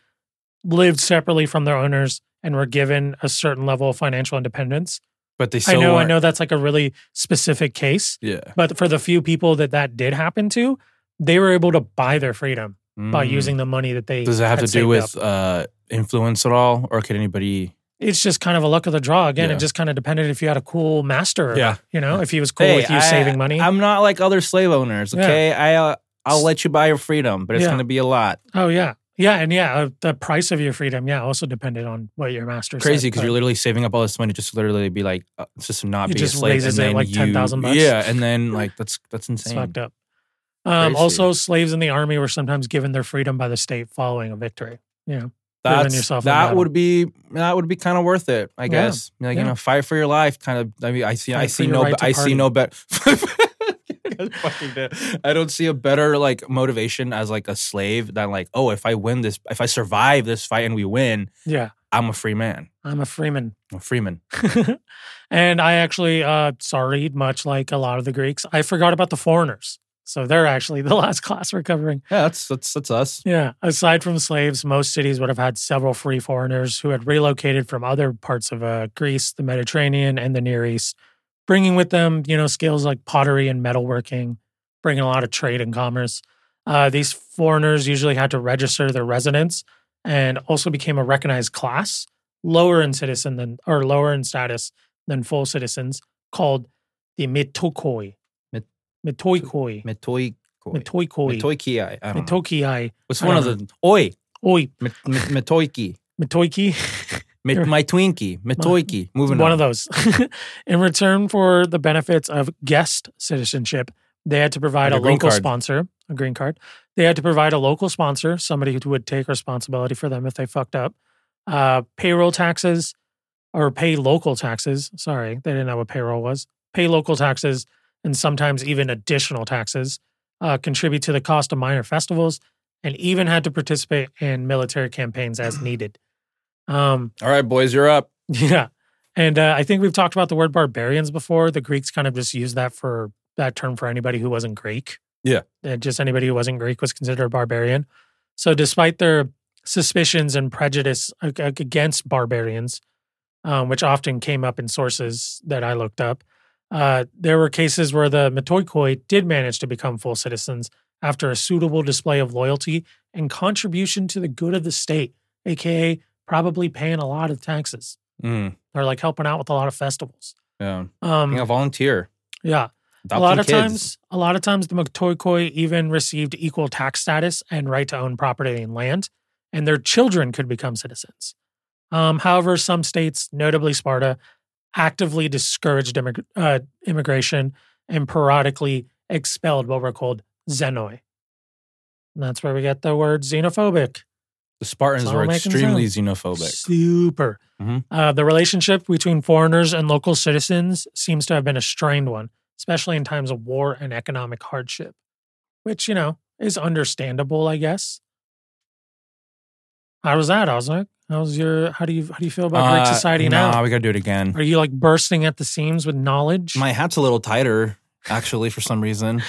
lived separately from their owners and were given a certain level of financial independence. But they still I know, I weren't- know that's like a really specific case, Yeah. but for the few people that that did happen to, they were able to buy their freedom by Mm. using the money that they Does it have had to saved do with up. uh, influence at all, or could anybody? it's just kind of a luck of the draw again Yeah. it just kind of depended if you had a cool master or Yeah. not, you know if he was cool Hey, with you I- saving money I'm not like other slave owners. Yeah. Okay, I uh, I'll let you buy your freedom, but it's Yeah. going to be a lot. oh yeah yeah and yeah uh, the price of your freedom yeah also depended on what your master said, Crazy because but you're literally saving up all this money just to literally be like uh, just to not It be just a slave. raises and it then like you- 10,000 bucks. Yeah, and then like that's that's it's insane. fucked up um, Crazy. also slaves in the army were sometimes given their freedom by the state following a victory you know Proven That's, yourself in that battle. would be that would be kind of worth it, I Yeah. guess. Like Yeah. you know, fight for your life, kind of. I mean, I see, I Fight for see your no, right be- to I party. see no better. I don't see a better like motivation as like a slave than like, oh, if I win this, if I survive this fight and we win, yeah I'm a free man. i'm a freeman I'm a freeman. and i actually uh sorry much like a lot of the greeks i forgot about the foreigners So they're actually the last class we're covering. Yeah, that's that's that's us. Yeah. Aside from slaves, most cities would have had several free foreigners who had relocated from other parts of uh, Greece, the Mediterranean, and the Near East, bringing with them, you know, skills like pottery and metalworking, bringing a lot of trade and commerce. Uh, these foreigners usually had to register their residence and also became a recognized class, lower in citizen than or lower in status than full citizens, called the metokoi. Met- Metoikoi. Metoi Metoikoi. Metoiki. I don't know. Metokiai. It's I one of don't the oi Oi, Met- met- Metoiki. Metoiki. Met- My twinkie. Metoiki. Moving one on. of those. in return for the benefits of guest citizenship, they had to provide Like a a green local card. sponsor, a green card. They had to provide a local sponsor, somebody who would take responsibility for them if they fucked up. Uh, payroll taxes or pay local taxes. Sorry, they didn't know what payroll was. Pay local taxes and sometimes even additional taxes, uh, contribute to the cost of minor festivals, and even had to participate in military campaigns as needed. Um, All right, boys, you're up. yeah. And uh, I think we've talked about the word barbarians before. The Greeks kind of just used that for that term for anybody who wasn't Greek. Yeah. Uh, just anybody who wasn't Greek was considered a barbarian. So, despite their suspicions and prejudice ag- ag- against barbarians, um, which often came up in sources that I looked up, uh, there were cases where the Metoikoi did manage to become full citizens after a suitable display of loyalty and contribution to the good of the state, aka probably paying a lot of taxes Mm, or like helping out with a lot of festivals. yeah. Um, Yeah, volunteer. yeah, a Adopt lot some of kids. times, a lot of times the Metoikoi even received equal tax status and right to own property and land, and their children could become citizens. Um, however, some states, notably Sparta, actively discouraged immig- uh, immigration and periodically expelled what were called xenoi. And that's where we get the word xenophobic. the Spartans It's were all making extremely xenophobic. Super. Mhm. Uh, the relationship between foreigners and local citizens seems to have been a strained one, especially in times of war and economic hardship, which, you know, is understandable, I guess. How was that, Osnick? How's your how do you how do you feel about Greek Uh, society nah, now? we gotta do it again. Are you like bursting at the seams with knowledge? My hat's a little tighter, actually, for some reason.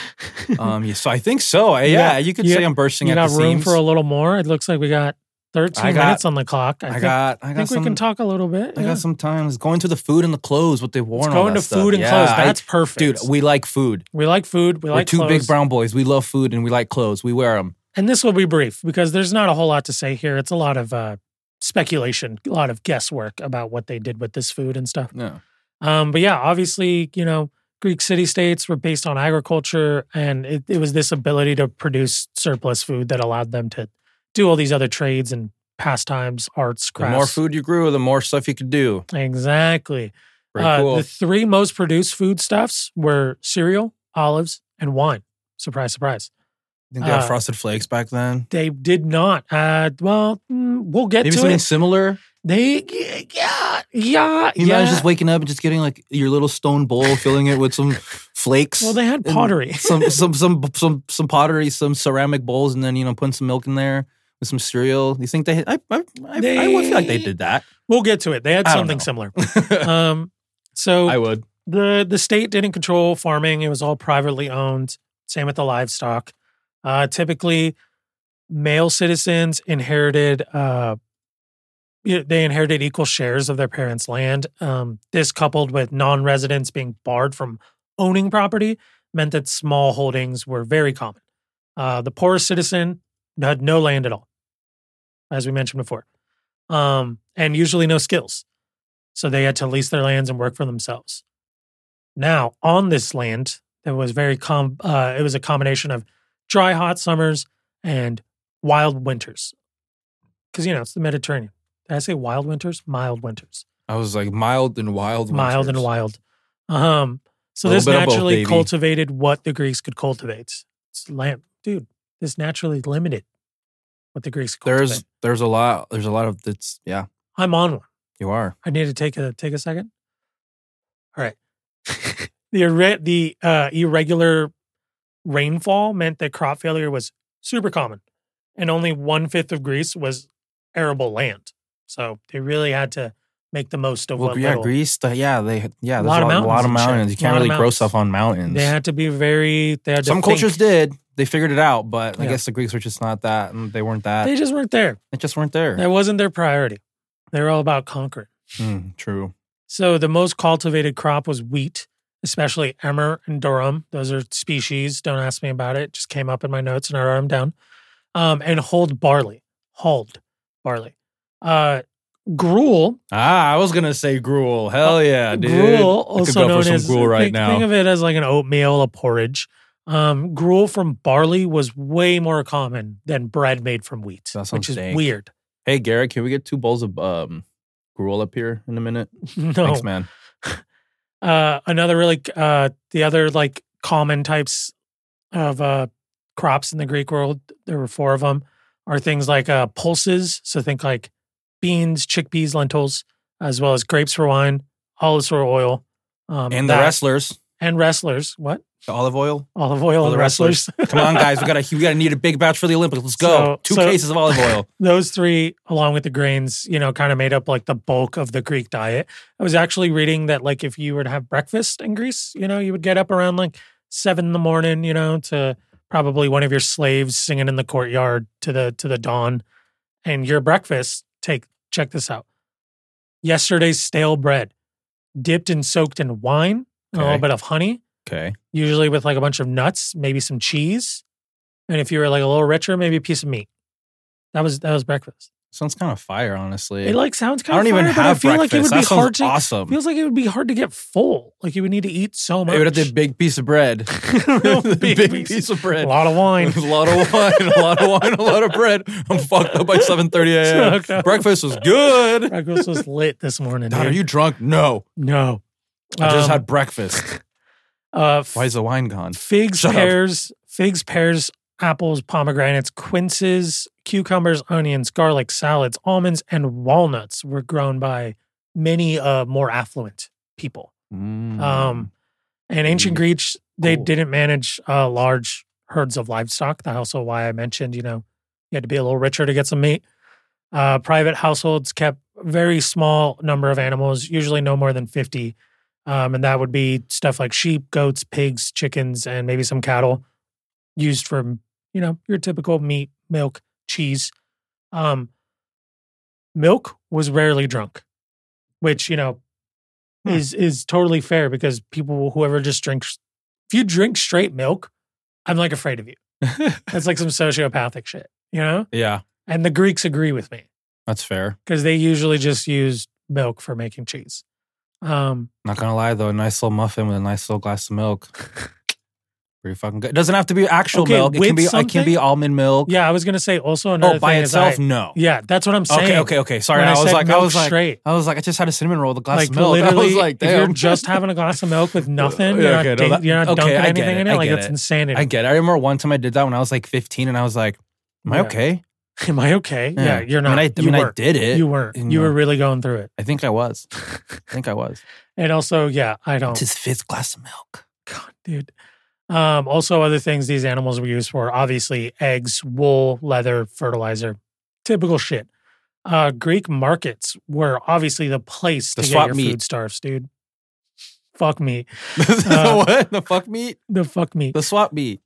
Um, yeah, so I think so. I- yeah, you could you- say I'm bursting you at got the room seams. for a little more? It looks like we got 13 I got- minutes on the clock. I, I think, got, I I got think some. we can talk a little bit. I yeah. got some time. It's going to the food and the clothes, what they wore. It's and all going that to food stuff. and yeah, clothes. I- That's perfect. dude, we like food. We like food. We We are like two clothes. big brown boys. We love food and we like clothes. We wear them. And this will be brief because there's not a whole lot to say here. It's a lot of uh, speculation, a lot of guesswork about what they did with this food and stuff. Yeah. Um, but yeah, obviously, you know, Greek city states were based on agriculture, and it, it was this ability to produce surplus food that allowed them to do all these other trades and pastimes, arts, The crafts. more food you grew, the more stuff you could do. Exactly. Very Uh, cool. The three most produced foodstuffs were cereal, olives, and wine. Surprise, surprise. Think they had uh, frosted flakes back then. They did not. Uh, well, mm, we'll get Maybe to something it. similar. They, yeah, yeah, You yeah. imagine just waking up and just getting like your little stone bowl, filling it with some flakes. well, they had and pottery. some some some some some pottery, some ceramic bowls, and then you know putting some milk in there with some cereal. You think they? I I, I, I would feel like they did that. We'll get to it. They had I don't something know. similar. Um, so I would. the the state didn't control farming; it was all privately owned. Same with the livestock. Uh, typically, male citizens inherited uh, you know, they inherited equal shares of their parents' land. Um, this, coupled with non-residents being barred from owning property, meant that small holdings were very common. Uh, the poorest citizen had no land at all, as we mentioned before, um, and usually no skills. So they had to lease their lands and work for themselves. Now, on this land, there was very com- uh, it was a combination of dry, hot summers and wild winters. Because you know it's the Mediterranean. Did I say wild winters? Mild winters. I was like mild and wild. Mild and winters. wild. Um. So Little this bit of both, naturally baby. cultivated what the Greeks could cultivate. It's lamp, dude. This naturally limited what the Greeks could There's cultivate. there's a lot. There's a lot of that's. Yeah, I'm on one. you are. I need to take a take a second. All right. the irre- the uh, irregular rainfall meant that crop failure was super common, and only one fifth of Greece was arable land. So they really had to make the most of Well, what yeah, little. Greece. The, yeah, they yeah. There's a Lot lot, of a lot of mountains and shit. mountains. You can't Lot of really grow mountains. stuff on mountains. They had to be very. They had to Some think. cultures did. They figured it out, but I Yeah. guess the Greeks were just not that, and they weren't that. They They, just weren't there. just weren't there. That wasn't their priority. They were all about conquering. Mm, true. So the most cultivated crop was wheat, especially emmer and durum. Those are species. Don't ask me about it. Just came up in my notes and I wrote them down. Um, and hulled barley. Hulled barley. Uh, gruel. Ah, I was gonna say gruel. Hell yeah, dude. Oh, gruel, I could also go for known some as gruel right think, now. think of it as like an oatmeal, a porridge. Um, gruel from barley was way more common than bread made from wheat, That sounds which is dank. weird. Hey, Garrett, can we get two bowls of um, gruel up here in a minute? No, Thanks, man. uh, another really uh, the other like common types of uh, crops in the greek world there were four of them are things like uh, pulses so think like beans chickpeas lentils as well as grapes for wine olives for oil um, And the that- wrestlers, and wrestlers what the olive oil. olive oil For and the the wrestlers, Come on, guys, we gotta we gotta need a big batch for the Olympics. Let's go. So- two so- cases of olive oil. those three along with the grains you know kind of made up like the bulk of the greek diet i was actually reading that like if you were to have breakfast in greece you know you would get up around like seven in the morning you know to probably one of your slaves singing in the courtyard to the to the dawn and your breakfast take check this out yesterday's stale bread dipped and soaked in wine and Okay. a little bit of honey Okay. usually with like a bunch of nuts, maybe some cheese, and if you were like a little richer, maybe a piece of meat. That was that was breakfast. Sounds kind of fire, honestly. It like sounds I kind don't of even fire, but have I feel breakfast. like it would that be sounds hard to awesome. feels like it would be hard to get full. Like you would need to eat so much. I would have the big piece of bread. Real The big big piece. piece of a bread. lot of wine. a lot of wine, a lot of wine, a lot of bread. I'm fucked up by 7:30 a.m. Fucked up. Breakfast was good. Breakfast was lit this morning. Dad, are dude. you drunk? No, no. I just Um, had breakfast. uh, f- Why is the wine gone? figs, Shut up. pears, figs, pears, apples, pomegranates, quinces, cucumbers, onions, garlic, salads, almonds, and walnuts were grown by many uh, more affluent people. Mm. Um, and ancient Mm. Greeks, they Cool. didn't manage uh, large herds of livestock. That's also why I mentioned, you know, you had to be a little richer to get some meat. Uh, private households kept very small number of animals, usually no more than 50. Um, and that would be stuff like sheep, goats, pigs, chickens, and maybe some cattle used for, you know, your typical meat, milk, cheese. Um, milk was rarely drunk, which, you know, Hmm. is is totally fair because people whoever just drinks if you drink straight milk, I'm like afraid of you. That's like some sociopathic shit, you know? yeah, And the Greeks agree with me that's fair. because they usually just use milk for making cheese. Um, Not gonna lie though, a nice little muffin with a nice little glass of milk. Pretty fucking good. It doesn't have to be actual Okay, milk. It can with be. It can be something? almond milk. yeah, I was gonna say also another oh, by thing is itself, I- no. yeah, that's what I'm saying. Okay, okay, okay. Sorry, When I was said like, I milk was like, straight. I was like, I just had a cinnamon roll with a glass Like of milk. I literally, was like, if damn. Uh, you're just having a glass of milk with nothing, Yeah, you're not, okay, no, dink- that- you're not okay, dunking I get anything it, in I it. Like get that's it. insanity. I get. It. I remember one time I did that when I was like 15, and I was like, "Am I Yeah. okay?" Am I okay? Yeah, you're not. I mean, I, I, you mean, I were. did it. you weren't. you You, know. were really going through it. I think I was. I think I was. And also, yeah, I don't. It's his fifth glass of milk. God, dude. Um, also, other things these animals were used for obviously eggs, wool, leather, fertilizer, typical shit. Uh, Greek markets were obviously the place The to swap get your meet. food starves, dude. Fuck me. Uh, the what? The fuck meat? The fuck me. The swap meat?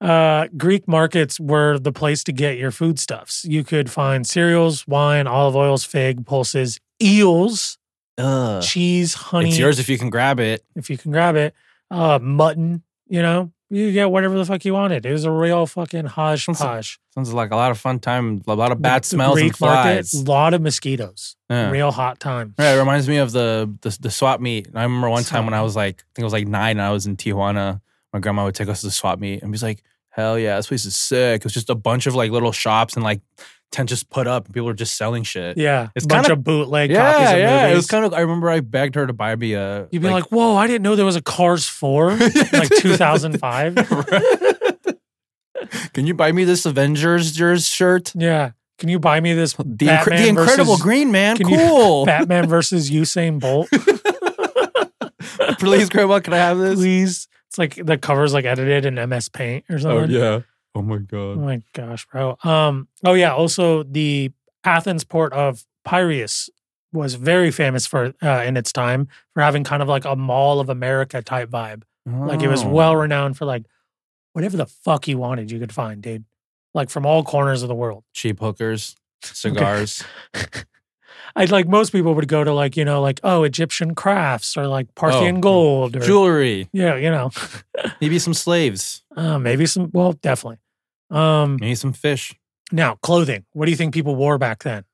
Uh, Greek markets were the place to get your foodstuffs. You could find cereals, wine, olive oils, fig, pulses, eels, Ugh. cheese, honey. It's yours if you can grab it. if you can grab it. Uh, mutton, you know, you get whatever the fuck you wanted. It was a real fucking hodgepodge. Sounds like a lot of fun time. A lot of bad The smells and Greek market, flies. lot of mosquitoes. Yeah. Real hot time. Yeah, it reminds me of the the, the swap meet. I remember one time Swap when I meet. was like, I think I was like nine, and I was in Tijuana. My grandma would take us to the swap meet, and be like, "Hell yeah, this place is sick." It was just a bunch of like little shops and like tents just put up, and people were just selling shit. Yeah, It's a bunch kinda- of bootleg copies yeah, of yeah. movies. It was kind of. I remember I begged her to buy me a. You'd be like, "Whoa, I didn't know there was a Cars 4 in, like 2005." Can you buy me this Avengers jersey shirt? Yeah, can you buy me this The, incre- the Batman Incredible versus- Green Man, Can you- cool. Batman versus Usain Bolt, Please, Grandma, can I have this? please? It's like the cover's like edited in MS Paint or something. Oh yeah. Oh my Oh god. my gosh, bro. Um. Oh yeah. Also, the Athens port of Piraeus was very famous for uh, in its time for having kind of like a Mall of America type vibe. Like it was Oh. well renowned for like whatever the fuck you wanted, you could find, dude. Like from all corners of the world. cheap hookers, cigars. I'd like most people would go to like, you know, like, oh, Egyptian crafts or like Parthian Oh, gold or Jewelry, yeah, you know, maybe some slaves, uh, maybe some, well, definitely. Um, maybe some fish. now clothing. What do you think people wore back then?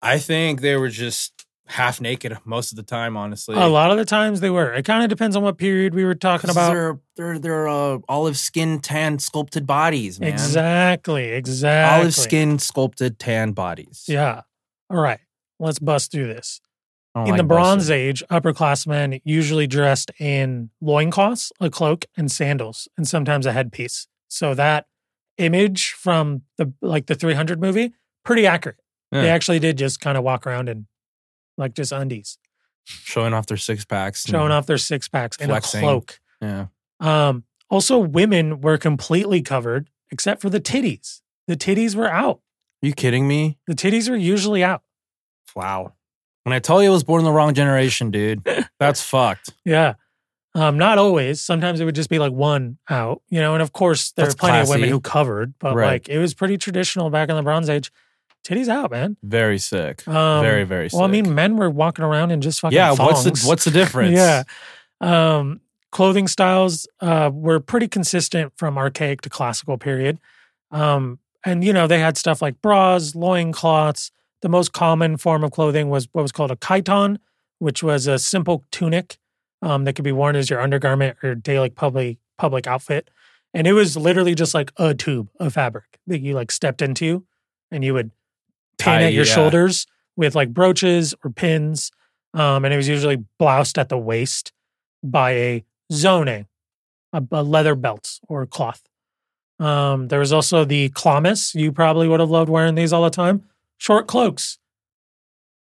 I think they were just half naked most of the time, honestly. A lot of the times they were. It kind of depends on what period we were talking about. their their their uh, olive skin tan sculpted bodies, man. Exactly, exactly. Olive skin sculpted tan bodies. Yeah. All right. Let's bust through this. I don't in like the Bronze busted. Age, upperclassmen usually dressed in loincloths, a cloak, and sandals, and sometimes a headpiece. So that image from the like the 300 movie, pretty accurate. They Yeah. actually did just kind of walk around in like just undies, showing off their six packs, and- showing off their six packs in a Hmm. Flexing. cloak. Yeah, Um, also, women were completely covered except for the titties. The titties were out. you kidding me? The titties were usually out. Wow. When I tell you I was born in the wrong generation, dude, that's fucked. Yeah. Um, not always. Sometimes it would just be like one out, you know, and of course there That's are plenty of women classy. who covered, but Right. like it was pretty traditional back in the Bronze Age. Titties out, man. Very sick. Um, very very sick. Well, I mean, men were walking around in just fucking yeah. What's thongs. the what's the difference? yeah. Um, clothing styles uh, were pretty consistent from archaic to classical period. Um, and, you know, they had stuff like bras, loincloths. The most common form of clothing was what was called a chiton, which was a simple tunic um, that could be worn as your undergarment or daily public, public outfit. And it was literally just like a tube of fabric that you like stepped into and you would pin Tie- at your yeah. shoulders with like brooches or pins. Um, and it was usually bloused at the waist by a zoning, a, a leather belt or cloth. Um, there was also the clamis. You probably would have loved wearing these all the time. Short cloaks.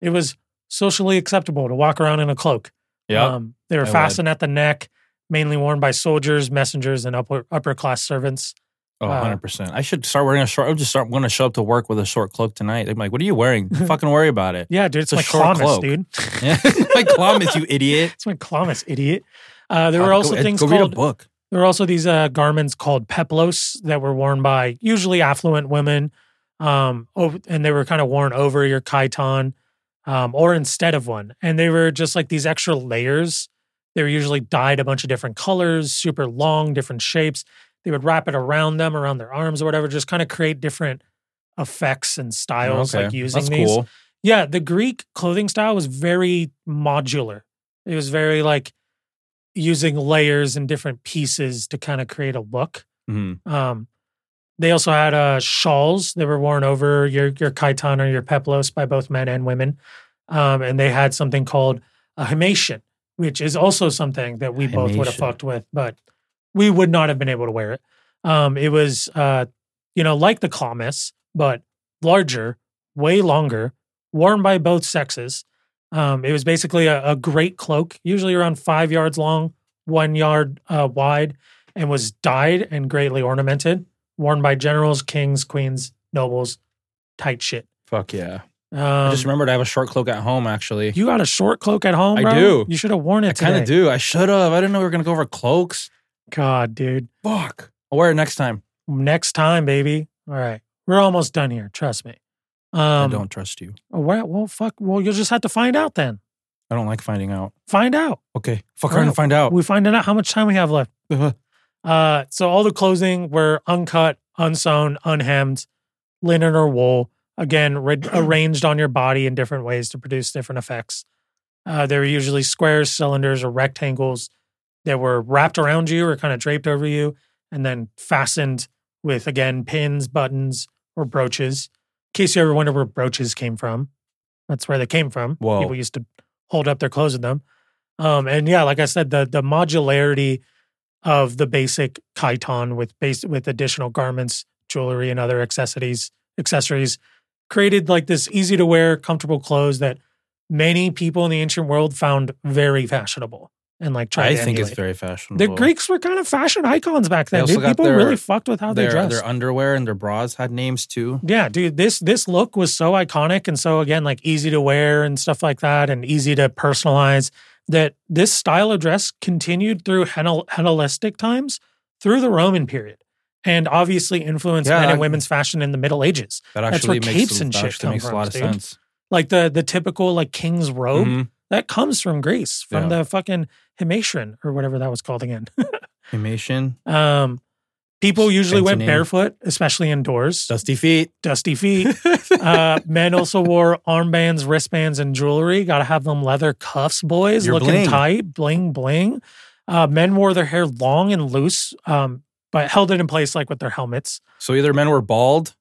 It was socially acceptable to walk around in a cloak. Yeah. Um, they I were would. fastened at the neck, mainly worn by soldiers, messengers, and upper upper class servants. Oh, Uh, 100%. I should start wearing a short. I'm just start going to show up to work with a short cloak tonight. I'm like, what are you wearing? Don't Fucking worry about it. Yeah, dude, It's it's, a my short clamis, cloak. dude. Yeah. like, Columbus, you idiot. It's my clamis, idiot. Uh, there were Uh, also go, things Go read called a book. There were also these uh, garments called peplos that were worn by usually affluent women, um, ov- and they were kind of worn over your chiton um, or instead of one. And they were just like these extra layers. They were usually dyed a bunch of different colors, super long, different shapes. They would wrap it around them, around their arms or whatever, just kind of create different effects and styles, like Oh, Okay. using That's these. cool. Yeah, the Greek clothing style was very modular. It was very like using layers and different pieces to kind of create a look. Mhm. Um, they also had uh, shawls that were worn over your your chiton or your peplos by both men and women, um, and they had something called a himation, which is also something that we both would have Himation. fucked with, but we would not have been able to wear it. Um, it was, uh, you know, like the clamis, but larger, way longer, worn by both sexes. Um, it was basically a, a great cloak, usually around five yards long, one yard uh, wide, and was dyed and greatly ornamented, worn by generals, kings, queens, nobles, tight shit. Fuck yeah. Um, I just remembered I have a short cloak at home, actually. you got a short cloak at home, I bro? do. You should have worn it I kind of today. do. I should have. I didn't know we were going to go over cloaks. God, dude. Fuck. I'll wear it next time. Next time, baby. All right. We're almost done here. Trust me. Um, I don't trust you. oh, Well, well, fuck. Well, you'll just have to find out then. I don't like finding out. Find out. Okay. Fuck around and find out. We find out how much time we have left. Uh, so all the clothing were uncut, unsewn, unhemmed, linen or wool. Again, re- arranged on your body in different ways to produce different effects. Uh, they were usually squares, cylinders, or rectangles that were wrapped around you or kind of draped over you, and then fastened with again pins, buttons, or brooches. In case you ever wonder where brooches came from, that's where they came from. Whoa. People used to hold up their clothes with them. Um, and yeah, like I said, the the modularity of the basic chiton with base with additional garments, jewelry, and other accessories accessories created like this easy to wear, comfortable clothes that many people in the ancient world found very fashionable and like I try to think it's emulate. very the fashionable. Greeks were kind of fashion icons back They then. also dude. got People their- really fucked with how they their, dressed. their underwear and their bras had names too. Yeah, dude, this this look was so iconic and so again like easy to wear and stuff like that and easy to personalize that this style of dress continued through Hel- Hellenistic times through the Roman period and obviously influenced Yeah, men and I- women's fashion in the Middle Ages. That That's where actually capes makes, and that shit actually come makes a from, lot of dude. Oh. sense. Like the the typical like king's robe Mhm. that comes from Greece from Yeah. the fucking Himation or whatever that was called again. Cremation, um people usually Fancy went name. barefoot, especially indoors. dusty feet. Dusty feet. Uh, men also wore armbands, wristbands, and jewelry. Got to have them leather cuffs, boys, Your looking bling. tight, bling bling. Uh, men wore their hair long and loose, um, but held it in place like with their helmets. so either men were bald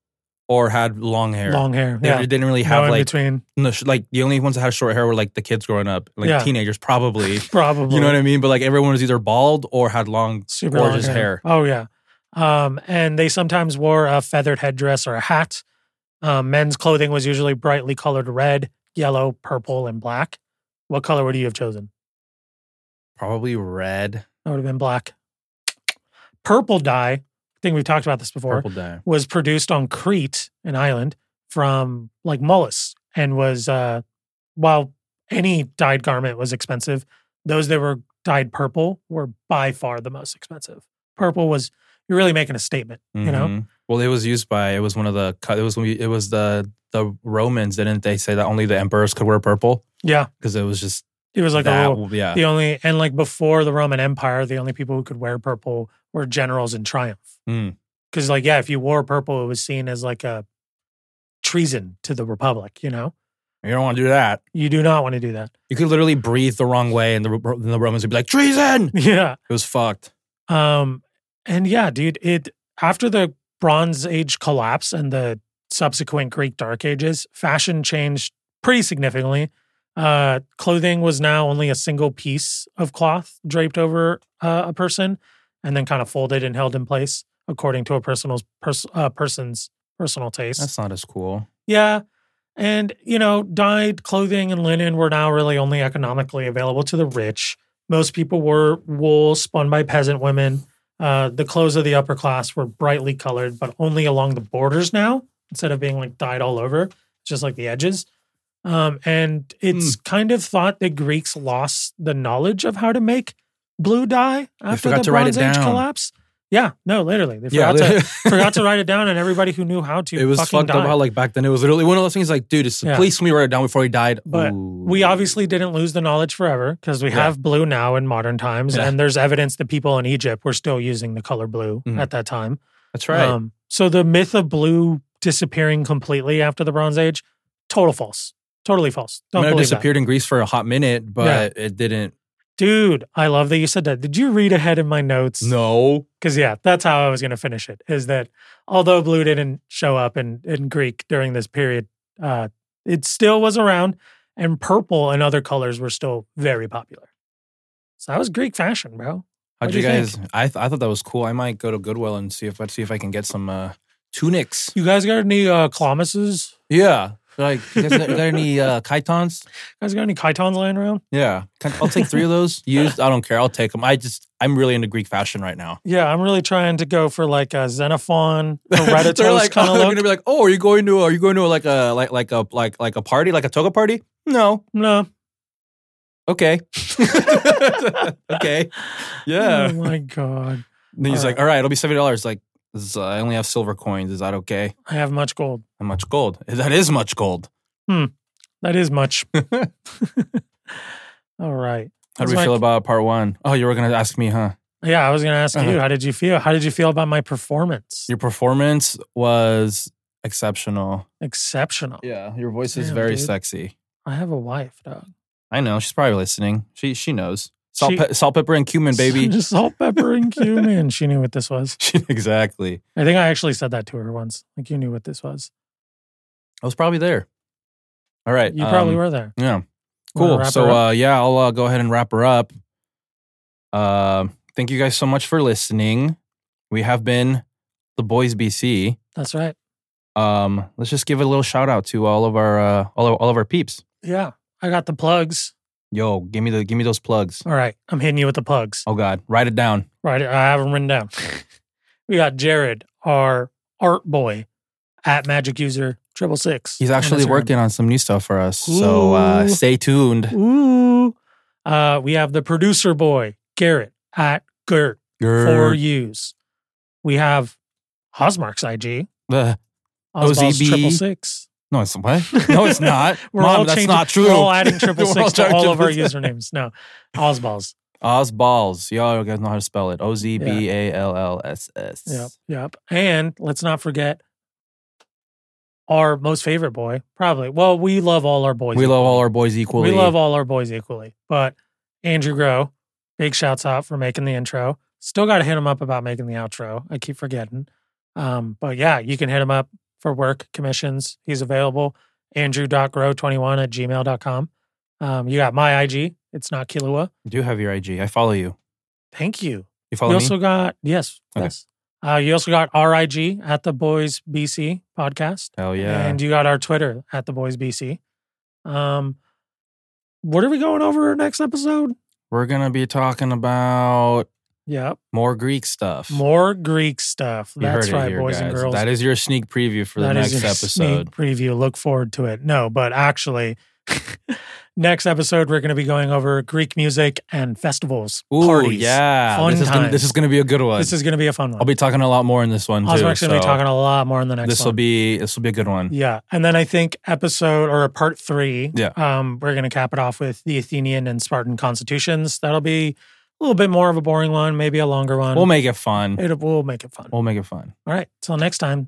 or had long hair. Long hair, They yeah. didn't really No have in like between, no, sh- like the only ones that had short hair were like the kids growing up, like Yeah. teenagers probably. probably. you know what I mean? But like everyone was either bald or had long. Super Or long just hair. Oh yeah. Um, and they sometimes wore a feathered headdress or a hat. Um, men's clothing was usually brightly colored red, yellow, purple, and black. What color would you have chosen? Probably red, That would have been black. Purple dye, I think we've talked about this before, purple dye. was produced on Crete, an island, from like mollusks and was, uh, while any dyed garment was expensive, those that were dyed purple were by far the most expensive. Purple was, you're really making a statement, you know? Mhm. Well, it was used by it was one of the co- it was when we, it was the the Romans didn't they say that only the emperors could wear purple Yeah. because it was just It was like that a little, yeah the only, and like before the Roman Empire, the only people who could wear purple were generals in triumph. Mm. because like yeah if you wore purple it was seen as like a treason to the republic you know you don't want to do that. you do not want to do that You could literally breathe the wrong way, and the, Ro- and the Romans would be like treason. yeah It was fucked. um and yeah dude it after the bronze age collapse and the subsequent greek dark ages fashion changed pretty significantly uh clothing was now only a single piece of cloth draped over uh, a person and then kind of folded and held in place according to a personal pers- uh, person's personal taste That's not as cool. Yeah. And, you know, dyed clothing and linen were now really only economically available to the rich. Most people wore wool spun by peasant women. Uh, the clothes of the upper class were brightly colored, but only along the borders now, instead of being like dyed all over, just like the edges. Um, and Hmm. it's kind of thought that Greeks lost the knowledge of how to make blue dye after the forgot to write it Bronze Age down. collapse. Yeah, no, literally, they Yeah, forgot to forgot to write it down, and everybody who knew how to it was fucking fucked died. up how like back then it was literally one of those things like, dude, it's Yeah. please let me write it down before he died. But Ooh. we obviously didn't lose the knowledge forever because we Yeah. have blue now in modern times, Yeah. and there's evidence that people in Egypt were still using the color blue Mhm. at that time. that's right. Um, so the myth of blue disappearing completely after the Bronze Age, total false, totally false. I Don't mean, it believe disappeared in Greece for a hot minute, but it didn't. that, dude. I love that you said that. Did you read ahead in my notes? No, because yeah, that's how I was going to finish it. Is that although blue didn't show up in in Greek during this period, uh, it still was around, and purple and other colors were still very popular. So that was Greek fashion, bro. What how'd do you you guys? I th- I thought that was cool. I might go to Goodwill and see if let's see if I can get some uh, tunics. You guys got any uh, Clomuses? Yeah, like you guys got, you got any uh, chitons? You guys got any chitons laying around? Yeah, Can- I'll take three of those. Used? I don't care. I'll take them. I just I'm really into Greek fashion right now. Yeah, I'm really trying to go for like a Xenophon, a they're Rattatos like, kind oh, of they're look. gonna be like, oh, are you going to? Are you going to like a like like a like like a party, like a toga party? No. No. Okay. okay. Yeah. Oh my god, And then he's All like, all right, it'll be seventy dollars. Like, "Z- I only have silver coins. Is that okay? I have much gold. How much gold? That is much gold. That is much. All right. How do we It's like- feel about part one? Oh, you were gonna ask me, huh? Yeah, I was going to ask you, Uh-huh. how did you feel? How did you feel about my performance? Your performance was exceptional. Exceptional. Yeah, your voice is Damn, very dude. sexy. I have a wife, dog. I know she's probably listening. She she knows salt She- pe- salt pepper and cumin, baby. Just salt, pepper, and cumin. she knew what this was. She- exactly. I think I actually said that to her once. Like, you knew what this was. I was probably there. All right. You probably um, were there. Yeah. Wanna Cool. wrap So her up? uh, yeah, I'll uh, go ahead and wrap her up. Uh, thank you guys so much for listening. We have been the boys BC. that's right. Um, let's just give a little shout out to all of our uh, all of, all of our peeps. Yeah. I got the plugs. Yo, give me the give me those plugs. All right, I'm hitting you with the plugs. Oh God, write it down. Right, I have them written down. we got Jared, our art boy, at Magic User Triple Six. He's actually working on some new stuff for us, so Ooh. uh, stay tuned. Ooh, uh, we have the producer boy Garrett at Gert for Grr. use. We have Hosmark's IG Ugh. Osball's OZB. triple six. no, it's what? No, it's not. We're Mom, all that's changing- not true. We're all adding triple We're all six to adding all of our triple six. usernames. No, Osballs. Ozballs. Y'all guys know how to spell it. O Z B A L L S S. Yep, yep. And let's not forget our most favorite boy, probably. Well, we love all our boys. We love all equally. our boys equally. We love all our boys equally. But Andrew Grow, big shouts out for making the intro. Still got to hit him up about making the outro. I keep forgetting. Um, but yeah, you can hit him up for work commissions. He's available. Andrew.grow21 at gmail.com. Um, you got my IG. It's not Kilua. I do have your IG. I follow you. Thank you. You follow you me? also got, yes, Okay. yes. Uh, you also got RIG at the Boys BC podcast. Hell yeah. And you got our Twitter at the Boys BC. Um, what are we going over next episode? We're gonna be talking about Yep. more Greek stuff. More Greek stuff. You That's heard it right, here, boys and guys. girls. That is your sneak preview for the That next is your sneak episode. preview. Look forward to it. No, but actually, next episode, we're going to be going over Greek music and festivals. Ooh, parties. yeah. Fun this, is gonna, this times. is gonna be a good one. This is going to be a fun one. I'll be talking a lot more in this one. too, Osmark's going to so be talking a lot more in the next This one. will be this will be a good one. Yeah. And then I think episode or part three, Yeah. um, we're going to cap it off with the Athenian and Spartan constitutions. That'll be a little bit more of a boring one, maybe a longer one. We'll make it fun. it, we'll make it fun. We'll make it fun. All right. Till next time.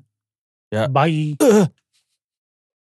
Yeah. Bye.